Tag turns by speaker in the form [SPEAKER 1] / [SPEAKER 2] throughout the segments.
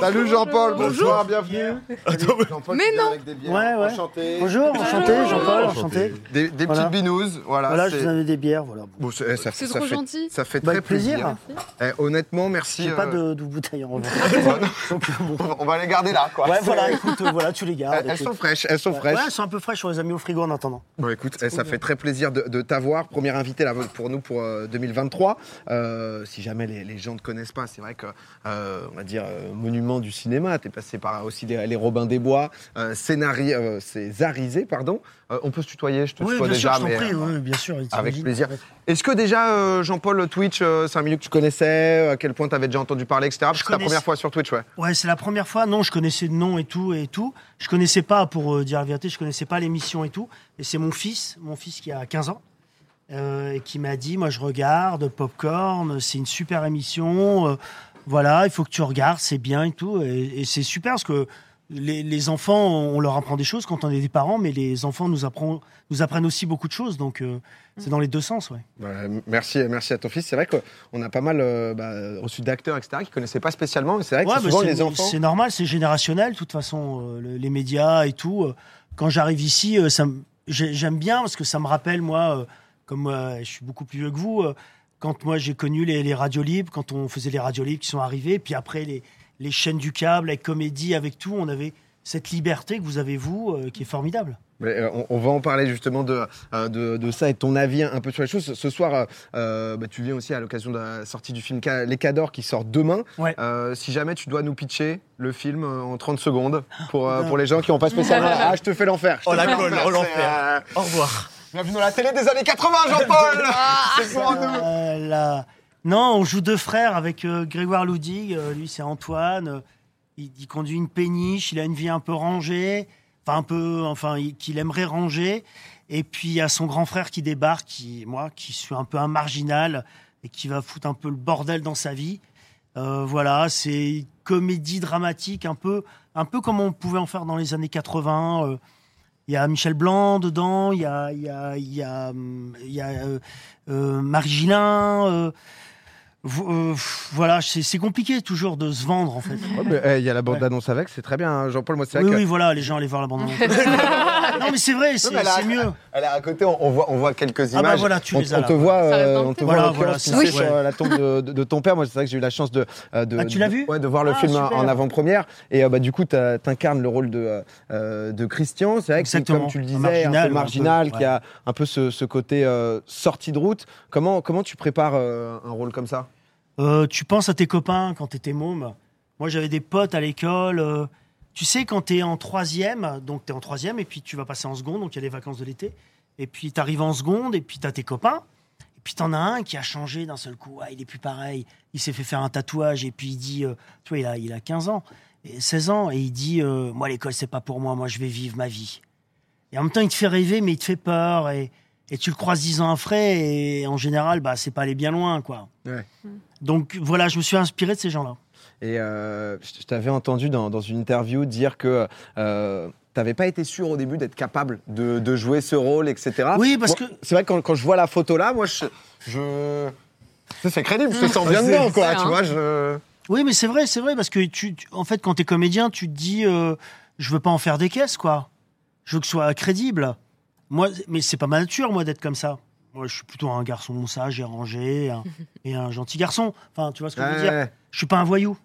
[SPEAKER 1] Salut Jean-Paul, bonsoir,
[SPEAKER 2] Bonjour.
[SPEAKER 1] bienvenue. Jean-Paul
[SPEAKER 3] Mais
[SPEAKER 1] qui vient
[SPEAKER 3] non.
[SPEAKER 1] avec des bières.
[SPEAKER 2] Ouais, ouais.
[SPEAKER 1] Enchanté.
[SPEAKER 2] Bonjour, enchanté, Jean-Paul, enchanté.
[SPEAKER 1] Des, des
[SPEAKER 2] Voilà.
[SPEAKER 1] petites binouses, voilà.
[SPEAKER 2] Voilà, je
[SPEAKER 1] c'est-
[SPEAKER 2] vous amène des bières, voilà.
[SPEAKER 1] Bon, c'est- eh, ça,
[SPEAKER 3] C'est
[SPEAKER 1] ça
[SPEAKER 3] trop
[SPEAKER 1] fait,
[SPEAKER 3] gentil.
[SPEAKER 1] Ça fait
[SPEAKER 2] Bah,
[SPEAKER 1] très
[SPEAKER 2] avec plaisir.
[SPEAKER 1] plaisir. Eh, honnêtement, merci.
[SPEAKER 2] J'ai
[SPEAKER 1] euh,
[SPEAKER 2] pas de, de bouteille en revanche. Donc, bon.
[SPEAKER 1] On va les garder là, quoi.
[SPEAKER 2] Ouais, voilà, écoute, euh, voilà, tu les gardes.
[SPEAKER 1] Elles, elles sont
[SPEAKER 2] écoute.
[SPEAKER 1] fraîches, elles sont
[SPEAKER 2] Ouais,
[SPEAKER 1] fraîches.
[SPEAKER 2] elles sont un peu fraîches, on les a mis au frigo en attendant.
[SPEAKER 1] Bon, écoute, eh, ça fait très plaisir de, de t'avoir. Premier invité là, pour nous pour euh, 2023. Euh, si jamais les, les gens ne te connaissent pas, c'est vrai que, euh, on va dire, euh, monument du cinéma. T'es passé par euh, aussi les, les Robins des Bois, euh, scénari- euh, scénarisé, pardon. Euh, on peut se tutoyer, je te
[SPEAKER 2] Oui,
[SPEAKER 1] tutoie
[SPEAKER 2] bien
[SPEAKER 1] déjà.
[SPEAKER 2] sûr, je t'en
[SPEAKER 1] mais,
[SPEAKER 2] prie,
[SPEAKER 1] euh,
[SPEAKER 2] oui, bien sûr.
[SPEAKER 1] avec
[SPEAKER 2] t'imagines.
[SPEAKER 1] plaisir. Est-ce que déjà, euh, Jean-Paul, Twitch, euh, c'est un milieu que tu connaissais, euh, à quel point tu avais déjà entendu parler, etc. Parce
[SPEAKER 2] Je
[SPEAKER 1] que c'est ta
[SPEAKER 2] connaissais-
[SPEAKER 1] première fois sur Twitch, ouais.
[SPEAKER 2] Ouais, c'est la première fois. Non, je connaissais le nom et tout et tout. Je connaissais pas, pour euh, dire la vérité, je connaissais pas l'émission et tout. Et c'est mon fils, mon fils qui a 15 ans, euh, et qui m'a dit, moi je regarde Popcorn, c'est une super émission. euh, voilà, il faut que tu regardes, c'est bien et tout. Et, et c'est super parce que les, les enfants, on leur apprend des choses quand on est des parents, mais les enfants nous apprennent, nous apprennent aussi beaucoup de choses. Donc euh, c'est dans les deux sens, ouais.
[SPEAKER 1] Voilà, m- merci, merci à ton fils. C'est vrai qu'on a pas mal euh, bah, reçu d'acteurs, etc., qui connaissaient pas spécialement. mais C'est vrai que
[SPEAKER 2] Ouais,
[SPEAKER 1] c'est
[SPEAKER 2] bah,
[SPEAKER 1] souvent
[SPEAKER 2] c'est-
[SPEAKER 1] les enfants.
[SPEAKER 2] C'est normal, c'est générationnel, de toute façon, euh, le- les médias et tout. euh, quand j'arrive ici, euh, ça me- j'ai- j'aime bien parce que ça me rappelle, moi, euh, comme euh, je suis beaucoup plus vieux que vous, euh, quand moi j'ai connu les, les radios libres, quand on faisait les radios libres qui sont arrivées, puis après les, les chaînes du câble, avec comédie, avec tout, on avait cette liberté que vous avez, vous, euh, qui est formidable.
[SPEAKER 1] Mais, euh, on, on va en parler justement de, euh, de, de ça et ton avis un peu sur les choses. Ce- Ce soir, euh, euh, bah, tu viens aussi à l'occasion de la sortie du film Ca- Les Cadors qui sort demain.
[SPEAKER 2] Ouais.
[SPEAKER 1] Euh, si jamais tu dois nous pitcher le film euh, en 30 secondes pour,
[SPEAKER 2] Oh,
[SPEAKER 1] euh, pour les gens qui n'ont pas spécialement. Ah, je te fais l'enfer. je te
[SPEAKER 4] Oh, la
[SPEAKER 1] fais
[SPEAKER 4] colle,
[SPEAKER 1] l'enfer,
[SPEAKER 4] oh,
[SPEAKER 1] c'est, euh,
[SPEAKER 4] Au revoir.
[SPEAKER 1] Bienvenue dans la télé des années 80, Jean-Paul C'est pour nous.
[SPEAKER 2] Euh, la- Non, on joue deux frères avec euh, Grégoire Loudig. euh, lui, c'est Antoine. euh, il, il conduit une péniche. Il a une vie un peu rangée. Enfin, un peu. Enfin, il- qu'il aimerait ranger. Et puis, il y a son grand frère qui débarque, qui, moi, qui suis un peu un marginal et qui va foutre un peu le bordel dans sa vie. Euh, voilà, c'est une comédie dramatique, un peu, un peu comme on pouvait en faire dans les années 80. euh, Il y a Michel Blanc dedans, il y a, il y a, il y a, hum, il y a, euh, euh, Marie Gillin. euh, vo- euh, pff, voilà, c'est c'est compliqué toujours de se vendre en fait.
[SPEAKER 1] Ouais, mais, eh, Il y a la
[SPEAKER 2] Ouais.
[SPEAKER 1] bande-annonce avec, c'est très bien, hein, Jean-Paul. Moi, c'est
[SPEAKER 2] Oui,
[SPEAKER 1] vrai que-
[SPEAKER 2] oui, voilà, les gens allaient voir la bande. non, mais c'est vrai, c'est
[SPEAKER 1] mais elle a-
[SPEAKER 2] c'est mieux.
[SPEAKER 1] Elle est à côté, on, on voit, on voit quelques images.
[SPEAKER 2] Ah bah voilà, tu
[SPEAKER 1] on,
[SPEAKER 2] les as
[SPEAKER 1] on
[SPEAKER 2] là.
[SPEAKER 1] te voit,
[SPEAKER 3] Ça reste
[SPEAKER 1] euh,
[SPEAKER 3] dans le
[SPEAKER 1] on te
[SPEAKER 3] thème.
[SPEAKER 1] voit
[SPEAKER 2] Voilà,
[SPEAKER 1] en l'occurrence,
[SPEAKER 2] voilà,
[SPEAKER 1] tu
[SPEAKER 2] c'est-
[SPEAKER 1] sais, sur
[SPEAKER 2] ouais.
[SPEAKER 1] euh, la tombe de, de- de ton père. Moi, c'est vrai que j'ai eu la chance de, euh, de,
[SPEAKER 2] Ah, tu l'as vu
[SPEAKER 1] de- ouais, de voir le
[SPEAKER 2] Ah,
[SPEAKER 1] film en-
[SPEAKER 2] super.
[SPEAKER 1] en avant-première. Et euh, bah, du coup, t'as- t'incarnes le rôle de, euh, de Christian. C'est vrai que, c'est,
[SPEAKER 2] Exactement.
[SPEAKER 1] comme tu le
[SPEAKER 2] Un
[SPEAKER 1] disais, un
[SPEAKER 2] marginal, un
[SPEAKER 1] peu
[SPEAKER 2] peu,
[SPEAKER 1] marginal, qui
[SPEAKER 2] ouais.
[SPEAKER 1] a un peu ce, ce côté euh, sortie de route. Comment, comment tu prépares euh, un rôle comme ça
[SPEAKER 2] Euh, tu penses à tes copains quand t'étais môme. Moi, j'avais des potes à l'école. euh, tu sais, quand t'es en troisième, donc t'es en troisième, et puis tu vas passer en seconde, donc il y a les vacances de l'été. Et puis t'arrives en seconde, et puis t'as tes copains. Et puis t'en as un qui a changé d'un seul coup. Ah, il est plus pareil. Il s'est fait faire un tatouage, et puis il dit, euh, tu vois, il a, il a 15 ans, et 16 ans, et il dit, euh, moi, l'école, c'est pas pour moi, moi, je vais vivre ma vie. Et en même temps, il te fait rêver, mais il te fait peur. Et, et tu le croises dix ans après, et en général, bah, c'est pas aller bien loin, quoi.
[SPEAKER 1] Ouais.
[SPEAKER 2] Donc voilà, je me suis inspiré de ces gens-là.
[SPEAKER 1] Et euh, je je t'avais entendu dans, dans une interview dire que euh, t'avais pas été sûr au début d'être capable de, de jouer ce rôle, etc.
[SPEAKER 2] Oui, parce
[SPEAKER 1] Moi,
[SPEAKER 2] que-
[SPEAKER 1] c'est vrai que quand, quand je vois la photo là, moi je, je... Ça, c'est crédible, je te sens bien
[SPEAKER 3] c'est-
[SPEAKER 1] dedans, quoi.
[SPEAKER 3] c'est
[SPEAKER 1] Tu
[SPEAKER 2] hein.
[SPEAKER 3] ça,
[SPEAKER 1] vois, je
[SPEAKER 2] Oui, mais c'est vrai, c'est vrai, parce que tu, tu- en fait, quand t'es comédien, tu te dis, euh, je veux pas en faire des caisses, quoi. Je veux que ce soit crédible. Moi, mais c'est pas ma nature, moi, d'être comme ça. Moi, je suis plutôt un garçon sage et rangé, un- et un gentil garçon. Enfin, tu vois ce que je veux dire.
[SPEAKER 1] Ouais.
[SPEAKER 2] Je suis pas un voyou.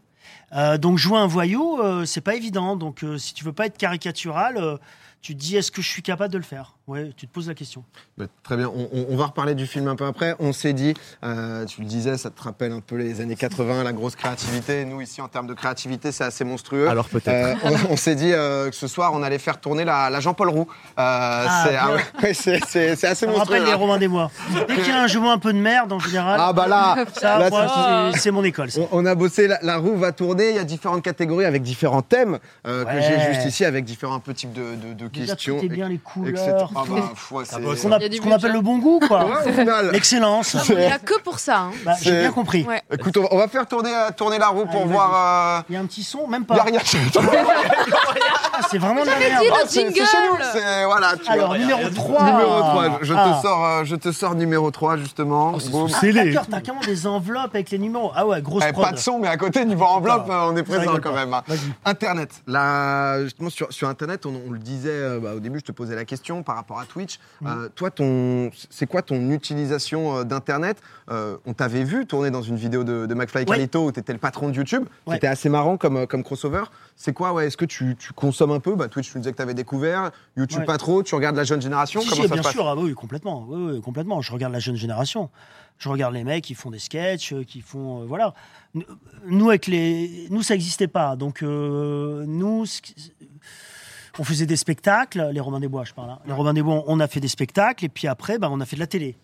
[SPEAKER 2] Euh, donc jouer un voyou, euh, c'est pas évident. Donc euh, si tu veux pas être caricatural, euh, tu te dis est-ce que je suis capable de le faire Ouais, tu te poses la question.
[SPEAKER 1] Bah, très bien, on, on- on va reparler du film un peu après. On s'est dit, euh, tu le disais, ça te rappelle un peu les années 80, la grosse créativité. Nous, ici, en termes de créativité, c'est assez monstrueux.
[SPEAKER 4] Alors peut-être.
[SPEAKER 1] Euh, on on s'est dit euh, que ce soir, on allait faire tourner la, la Jean-Paul Roux. Euh, c'est- ah
[SPEAKER 2] bien.
[SPEAKER 1] ouais, ouais, c'est c'est- c'est assez
[SPEAKER 2] Ça me rappelle
[SPEAKER 1] monstrueux.
[SPEAKER 2] les
[SPEAKER 1] hein.
[SPEAKER 2] Romains des Bois. Dès qu'il y a un jumeau un peu de merde en général,
[SPEAKER 1] Ah bah là,
[SPEAKER 2] ça,
[SPEAKER 1] là,
[SPEAKER 2] moi,
[SPEAKER 1] c'est-
[SPEAKER 2] c'est- c'est mon école. ça.
[SPEAKER 1] on, on a bossé, la, la roue va tourner, il y a différentes catégories avec différents thèmes euh, que
[SPEAKER 2] Ouais.
[SPEAKER 1] j'ai juste ici, avec différents un peu types de, de- de
[SPEAKER 2] déjà,
[SPEAKER 1] question,
[SPEAKER 2] tout est bien les
[SPEAKER 1] etc.
[SPEAKER 2] couleurs,
[SPEAKER 1] Ah
[SPEAKER 2] tout
[SPEAKER 1] bah, ouais,
[SPEAKER 2] est-
[SPEAKER 1] c'est-
[SPEAKER 2] ce qu'on a-
[SPEAKER 3] Il y a du
[SPEAKER 2] ce qu'on appelle
[SPEAKER 3] budget.
[SPEAKER 2] le bon goût, quoi.
[SPEAKER 1] Ouais, au final.
[SPEAKER 2] L'excellence.
[SPEAKER 3] Il n'y a que pour ça. hein.
[SPEAKER 2] Bah, J'ai
[SPEAKER 1] C'est-
[SPEAKER 2] bien compris.
[SPEAKER 3] Ouais.
[SPEAKER 1] Écoute, on, on va faire tourner, euh, tourner la roue pour
[SPEAKER 2] Allez,
[SPEAKER 1] voir. euh,
[SPEAKER 2] Il y a un petit son, même
[SPEAKER 1] Il
[SPEAKER 2] pas.
[SPEAKER 1] rien.
[SPEAKER 2] Ah, c'est vraiment de la
[SPEAKER 3] dit
[SPEAKER 2] merde. Ah,
[SPEAKER 3] le
[SPEAKER 1] Ah, c'est-
[SPEAKER 3] jingle.
[SPEAKER 1] C'est chez nous. c'est- Voilà, tu
[SPEAKER 2] Alors,
[SPEAKER 1] vois.
[SPEAKER 2] numéro Ah. 3.
[SPEAKER 1] Numéro 3, je, je te sors, euh, je te sors numéro 3 justement. Boum.
[SPEAKER 2] Ah, d'accord, t'as carrément des enveloppes avec les numéros. Ah ouais, grosse
[SPEAKER 1] Eh,
[SPEAKER 2] prod.
[SPEAKER 1] pas de son, mais à côté, niveau enveloppe,
[SPEAKER 2] Ah,
[SPEAKER 1] euh, on est
[SPEAKER 2] Ça
[SPEAKER 1] présent
[SPEAKER 2] rigole
[SPEAKER 1] quand
[SPEAKER 2] pas.
[SPEAKER 1] même. hein.
[SPEAKER 2] Vas-y.
[SPEAKER 1] Internet. Là, justement, sur, sur Internet, on, on le disait euh, bah, au début, je te posais la question par rapport à Twitch.
[SPEAKER 2] Mm.
[SPEAKER 1] Euh, toi, ton, c'est quoi ton utilisation euh, d'Internet Euh, On t'avait vu tourner dans une vidéo de, de McFly et
[SPEAKER 2] Ouais.
[SPEAKER 1] Carlito où tu étais le patron de YouTube.
[SPEAKER 2] Ouais.
[SPEAKER 1] C'était assez marrant comme, euh, comme crossover. C'est quoi ouais, Est-ce que tu, tu consommes un peu bah, Twitch, tu nous disais que tu avais découvert. YouTube,
[SPEAKER 2] Ouais.
[SPEAKER 1] pas trop. Tu regardes la jeune génération
[SPEAKER 2] Si,
[SPEAKER 1] Comment
[SPEAKER 2] si,
[SPEAKER 1] ça
[SPEAKER 2] bien
[SPEAKER 1] se passe
[SPEAKER 2] sûr, ah oui, complètement. Oui, oui, complètement. Je regarde la jeune génération. Je regarde les mecs qui font des sketchs, euh, qui font euh, voilà. Nous- Nous avec les, nous ça n'existait pas. Donc euh, nous, ce qui- on faisait des spectacles. Les Romains des Bois, je parle. hein. Les Romains des Bois, on a fait des spectacles et puis après, bah, on a fait de la télé.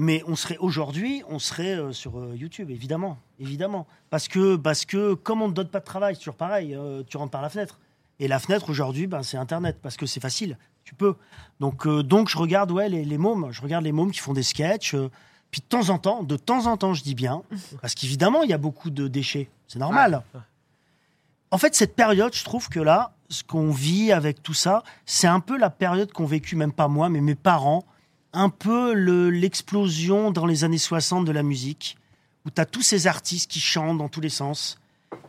[SPEAKER 2] Mais on serait aujourd'hui, on serait euh, sur euh, YouTube, évidemment, évidemment, parce que parce que comme on ne donne pas de travail, c'est toujours pareil. euh, tu rentres par la fenêtre. Et la fenêtre aujourd'hui, ben, c'est Internet parce que c'est facile. Tu peux. Donc, euh, donc je regarde ouais, les, les mômes. Je regarde les mômes qui font des sketchs. euh, puis de temps en temps, de temps en temps, je dis bien, parce qu'évidemment, il y a beaucoup de déchets. C'est normal. En fait, cette période, je trouve que là, ce qu'on vit avec tout ça, c'est un peu la période qu'ont vécu, même pas moi, mais mes parents. Un peu le- l'explosion dans les années 60 de la musique, où tu as tous ces artistes qui chantent dans tous les sens.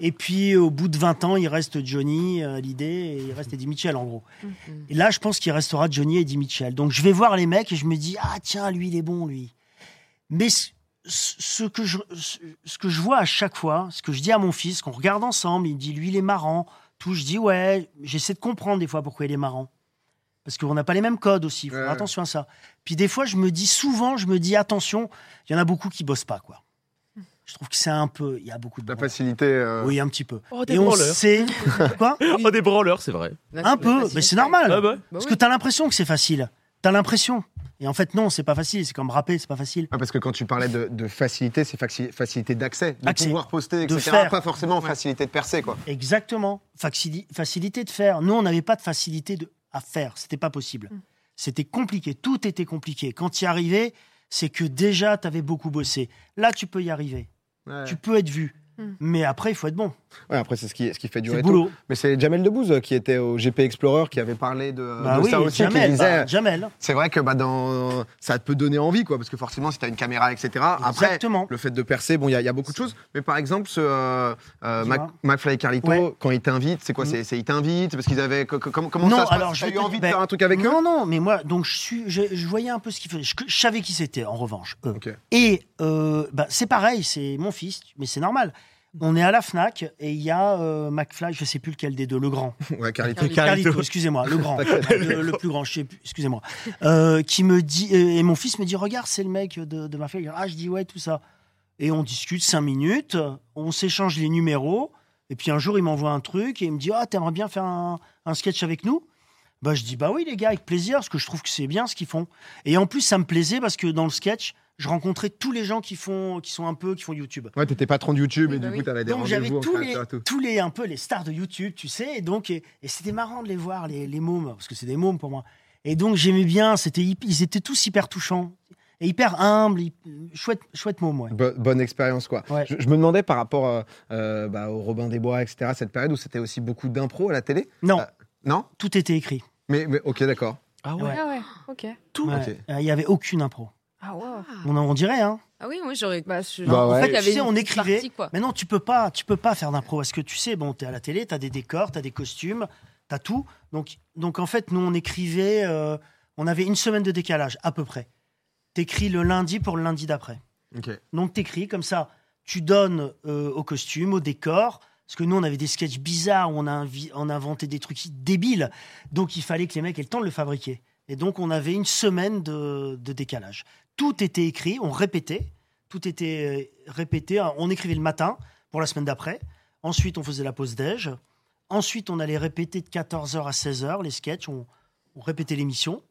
[SPEAKER 2] Et puis, euh, au bout de 20 ans, il reste Johnny, euh, l'idée, et il reste Eddie Mitchell, en gros. Et là, je pense qu'il restera Johnny et Eddie Mitchell. Donc, je vais voir les mecs et je me dis, ah, tiens, lui, il est bon, lui. Mais ce, ce- ce que, je, ce, ce que je vois à chaque fois, ce que je dis à mon fils, qu'on regarde ensemble, il me dit, lui, il est marrant. Tout, je dis, ouais, j'essaie de comprendre des fois pourquoi il est marrant. Parce qu'on n'a pas les mêmes codes aussi, il faut faire
[SPEAKER 1] Ouais.
[SPEAKER 2] attention à ça. Puis des fois, je me dis, souvent, je me dis, attention, il y en a beaucoup qui bossent pas, quoi.
[SPEAKER 4] Hmm.
[SPEAKER 2] Je trouve que c'est un peu, il y a beaucoup de...
[SPEAKER 1] La
[SPEAKER 2] branleurs.
[SPEAKER 1] facilité. euh,
[SPEAKER 2] Oui, un petit peu.
[SPEAKER 4] Oh, des
[SPEAKER 2] Et on
[SPEAKER 4] branleurs.
[SPEAKER 2] sait quoi
[SPEAKER 4] Oh, des branleurs, c'est vrai.
[SPEAKER 2] Un peu, mais c'est normal.
[SPEAKER 4] Ah bah.
[SPEAKER 2] Parce
[SPEAKER 3] oui.
[SPEAKER 2] que t'as l'impression que c'est facile. T'as l'impression. Et en fait, non, c'est pas facile. C'est comme rapper, c'est pas facile.
[SPEAKER 1] Ah, parce que quand tu parlais de, de facilité, c'est faci- facilité d'accès, de
[SPEAKER 2] Accès.
[SPEAKER 1] pouvoir poster,
[SPEAKER 2] De
[SPEAKER 1] etc.
[SPEAKER 2] faire.
[SPEAKER 1] Pas forcément facilité de percer, quoi.
[SPEAKER 2] Exactement. Facili- facilité de faire. Nous, on n'avait pas de facilité de... à faire. C'était pas possible.
[SPEAKER 4] Hmm.
[SPEAKER 2] C'était compliqué. Tout était compliqué. Quand y arrivais, c'est que déjà, t'avais beaucoup bossé. Là, tu peux y arriver.
[SPEAKER 1] Ouais.
[SPEAKER 2] Tu peux être vu.
[SPEAKER 4] Hmm.
[SPEAKER 3] Mm.
[SPEAKER 2] Mais après, il faut être bon.
[SPEAKER 1] Ouais, après, c'est ce qui, ce qui fait
[SPEAKER 2] C'est le
[SPEAKER 1] durer tout.
[SPEAKER 2] boulot.
[SPEAKER 1] Mais c'est Jamel Debbouze euh, qui était au GP Explorer qui avait parlé de,
[SPEAKER 2] Bah
[SPEAKER 1] Euh, de
[SPEAKER 2] oui,
[SPEAKER 1] ça aussi, qui
[SPEAKER 2] Jamel.
[SPEAKER 1] disait.
[SPEAKER 2] bah, Jamel.
[SPEAKER 1] c'est vrai que bah, dans, ça peut donner envie, quoi, parce que forcément, si tu as une caméra, etc. Après,
[SPEAKER 2] Exactement.
[SPEAKER 1] le fait de percer, bon, il y, a- il y a beaucoup de choses. Mais par exemple, ce, euh, euh,
[SPEAKER 2] Dis-moi.
[SPEAKER 1] Mac- McFly et Carlito,
[SPEAKER 2] Ouais.
[SPEAKER 1] quand ils t'invitent, c'est quoi
[SPEAKER 2] Mm.
[SPEAKER 1] c'est, c'est ils t'invitent parce qu'ils avaient. co- co- Comment, comment
[SPEAKER 2] Non,
[SPEAKER 1] ça se passe
[SPEAKER 2] alors, je
[SPEAKER 1] T'as
[SPEAKER 2] vais
[SPEAKER 1] eu
[SPEAKER 2] te-
[SPEAKER 1] envie de
[SPEAKER 2] ben,
[SPEAKER 1] faire un truc avec eux
[SPEAKER 2] Non, non, mais moi, donc je, suis, je, je voyais un peu ce qu'ils faisaient. Je, je savais qui c'était, en revanche, eux.
[SPEAKER 1] Ok.
[SPEAKER 2] Et euh, bah, c'est pareil, c'est mon fils, mais c'est normal. On est à la FNAC et il y a euh, McFly, je sais plus lequel des deux, le grand.
[SPEAKER 1] Ouais, Carlito.
[SPEAKER 3] Carlito.
[SPEAKER 2] Carlito, excusez-moi, le grand, le, le plus grand, je sais plus, excusez-moi, Euh, qui me dit, euh, et mon fils me dit, regarde, c'est le mec de, de ma fille. Ah, je dis ouais, tout ça. Et on discute cinq minutes, on s'échange les numéros, et puis un jour, il m'envoie un truc, et il me dit, ah, t'aimerais bien faire un, un sketch avec nous bah, Je dis, bah oui, les gars, avec plaisir, parce que je trouve que c'est bien ce qu'ils font. Et en plus, ça me plaisait parce que dans le sketch, je rencontrais tous les gens qui, font, qui sont un peu, qui font YouTube.
[SPEAKER 1] Ouais, t'étais patron de YouTube
[SPEAKER 3] Oui,
[SPEAKER 1] et
[SPEAKER 3] bah
[SPEAKER 1] du coup,
[SPEAKER 3] oui.
[SPEAKER 1] t'avais des
[SPEAKER 2] Eh ben Donc j'avais
[SPEAKER 1] rendez-vous
[SPEAKER 2] tous
[SPEAKER 1] entre
[SPEAKER 2] les,
[SPEAKER 1] acteurs et tout.
[SPEAKER 2] tous les un peu les stars de YouTube, tu sais, et donc et, et c'était marrant de les voir les, les mômes parce que c'est des mômes pour moi. Et donc j'aimais bien, c'était hyp- ils étaient tous hyper touchants et hyper humbles, hy- chouette chouette môme ouais.
[SPEAKER 1] Bo- bonne expérience, quoi.
[SPEAKER 2] Ouais.
[SPEAKER 1] Je, je me demandais par rapport euh, euh, bah, au Robin des Bois, etc., cette période où c'était aussi beaucoup d'impro à la télé.
[SPEAKER 2] Non,
[SPEAKER 1] Euh, Non
[SPEAKER 2] tout était écrit.
[SPEAKER 1] mais, mais ok, d'accord.
[SPEAKER 4] Ah
[SPEAKER 2] ouais.
[SPEAKER 3] Ah ouais, ok.
[SPEAKER 2] Tout,
[SPEAKER 1] Ok. Mmh.
[SPEAKER 2] Ouais. Euh, il y avait aucune impro.
[SPEAKER 3] Ah wow.
[SPEAKER 2] On en on dirait hein.
[SPEAKER 3] Ah oui, moi j'aurais. Bah, je-
[SPEAKER 1] Bah
[SPEAKER 2] En
[SPEAKER 1] ouais.
[SPEAKER 2] fait,
[SPEAKER 3] Il y
[SPEAKER 2] tu
[SPEAKER 3] avait
[SPEAKER 2] sais,
[SPEAKER 3] une
[SPEAKER 2] on
[SPEAKER 3] petite
[SPEAKER 2] écrivait.
[SPEAKER 3] partie, quoi.
[SPEAKER 2] Mais non, tu peux pas, tu peux pas faire d'impro parce que tu sais, bon, t'es à la télé, t'as des décors, t'as des costumes, t'as tout. Donc, donc en fait, nous, on écrivait, euh, on avait une semaine de décalage à peu près. T'écris le lundi pour le lundi d'après.
[SPEAKER 1] Ok.
[SPEAKER 2] Donc t'écris comme ça, tu donnes euh, au costume, au décor. Parce que nous, on avait des sketchs bizarres, où on a, invi- on a inventé des trucs débiles. Donc il fallait que les mecs aient le temps de le fabriquer. Et donc on avait une semaine de, de décalage. Tout était écrit, on répétait. Tout était euh, répété. On écrivait le matin pour la semaine d'après. Ensuite, on faisait la pause déj. Ensuite, on allait répéter de 14h à 16h les sketchs. On, on répétait l'émission.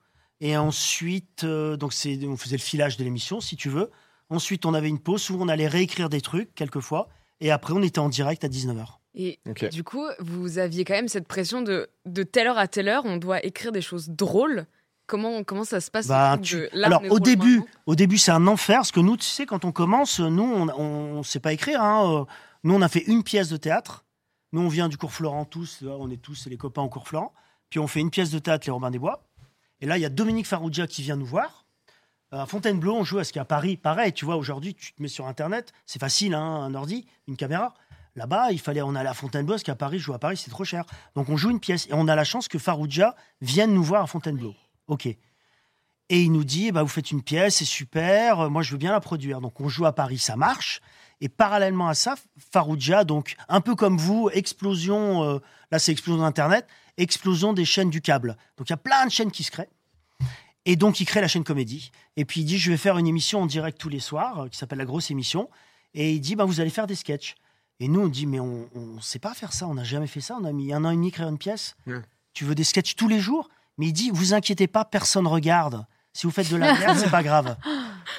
[SPEAKER 2] Et ensuite, euh, donc c'est, on faisait le filage de l'émission, si tu veux. Ensuite, on avait une pause où on allait réécrire des trucs, quelquefois. Et après, on était en direct à 19h.
[SPEAKER 3] Et
[SPEAKER 1] Ok.
[SPEAKER 3] du coup, vous aviez quand même cette pression de de telle heure à telle heure, on doit écrire des choses drôles. Comment comment ça se passe ce
[SPEAKER 2] Bah,
[SPEAKER 3] truc
[SPEAKER 2] tu-
[SPEAKER 3] de là,
[SPEAKER 2] Alors
[SPEAKER 3] on est
[SPEAKER 2] au
[SPEAKER 3] drôle
[SPEAKER 2] début,
[SPEAKER 3] maintenant
[SPEAKER 2] au début c'est un enfer parce que nous, tu sais, quand on commence, nous, on, on sait pas écrire. hein, euh, Nous, on a fait une pièce de théâtre. Nous, on vient du cours Florent tous. là, on est tous les copains au cours Florent. Puis on fait une pièce de théâtre, les Robins des Bois. Et là, il y a Dominique Farrugia qui vient nous voir. Euh, À Fontainebleau, on joue à ce qu'à Paris, pareil. Tu vois, aujourd'hui, tu te mets sur Internet, c'est facile, hein, un ordi, une caméra. Là-bas, il fallait, on allait à Fontainebleau, parce qu'à Paris, jouer à Paris, c'est trop cher. Donc on joue une pièce et on a la chance que Farrugia vienne nous voir à Fontainebleau. Ok. Et il nous dit, eh ben, vous faites une pièce, c'est super, euh, moi je veux bien la produire. Donc on joue à Paris, ça marche. Et parallèlement à ça, Farouja, donc un peu comme vous, explosion, euh, là c'est explosion d'Internet, explosion des chaînes du câble. Donc il y a plein de chaînes qui se créent. Et donc il crée la chaîne comédie. Et puis il dit, je vais faire une émission en direct tous les soirs, euh, qui s'appelle La Grosse Émission. Et il dit, ben, vous allez faire des sketchs. Et nous, on dit, mais on ne sait pas faire ça, on n'a jamais fait ça, on a mis un an et demi à créer une pièce.
[SPEAKER 1] Ouais.
[SPEAKER 2] Tu veux des sketchs tous les jours Mais il dit, vous inquiétez pas, personne regarde. Si vous faites de la merde, c'est pas grave.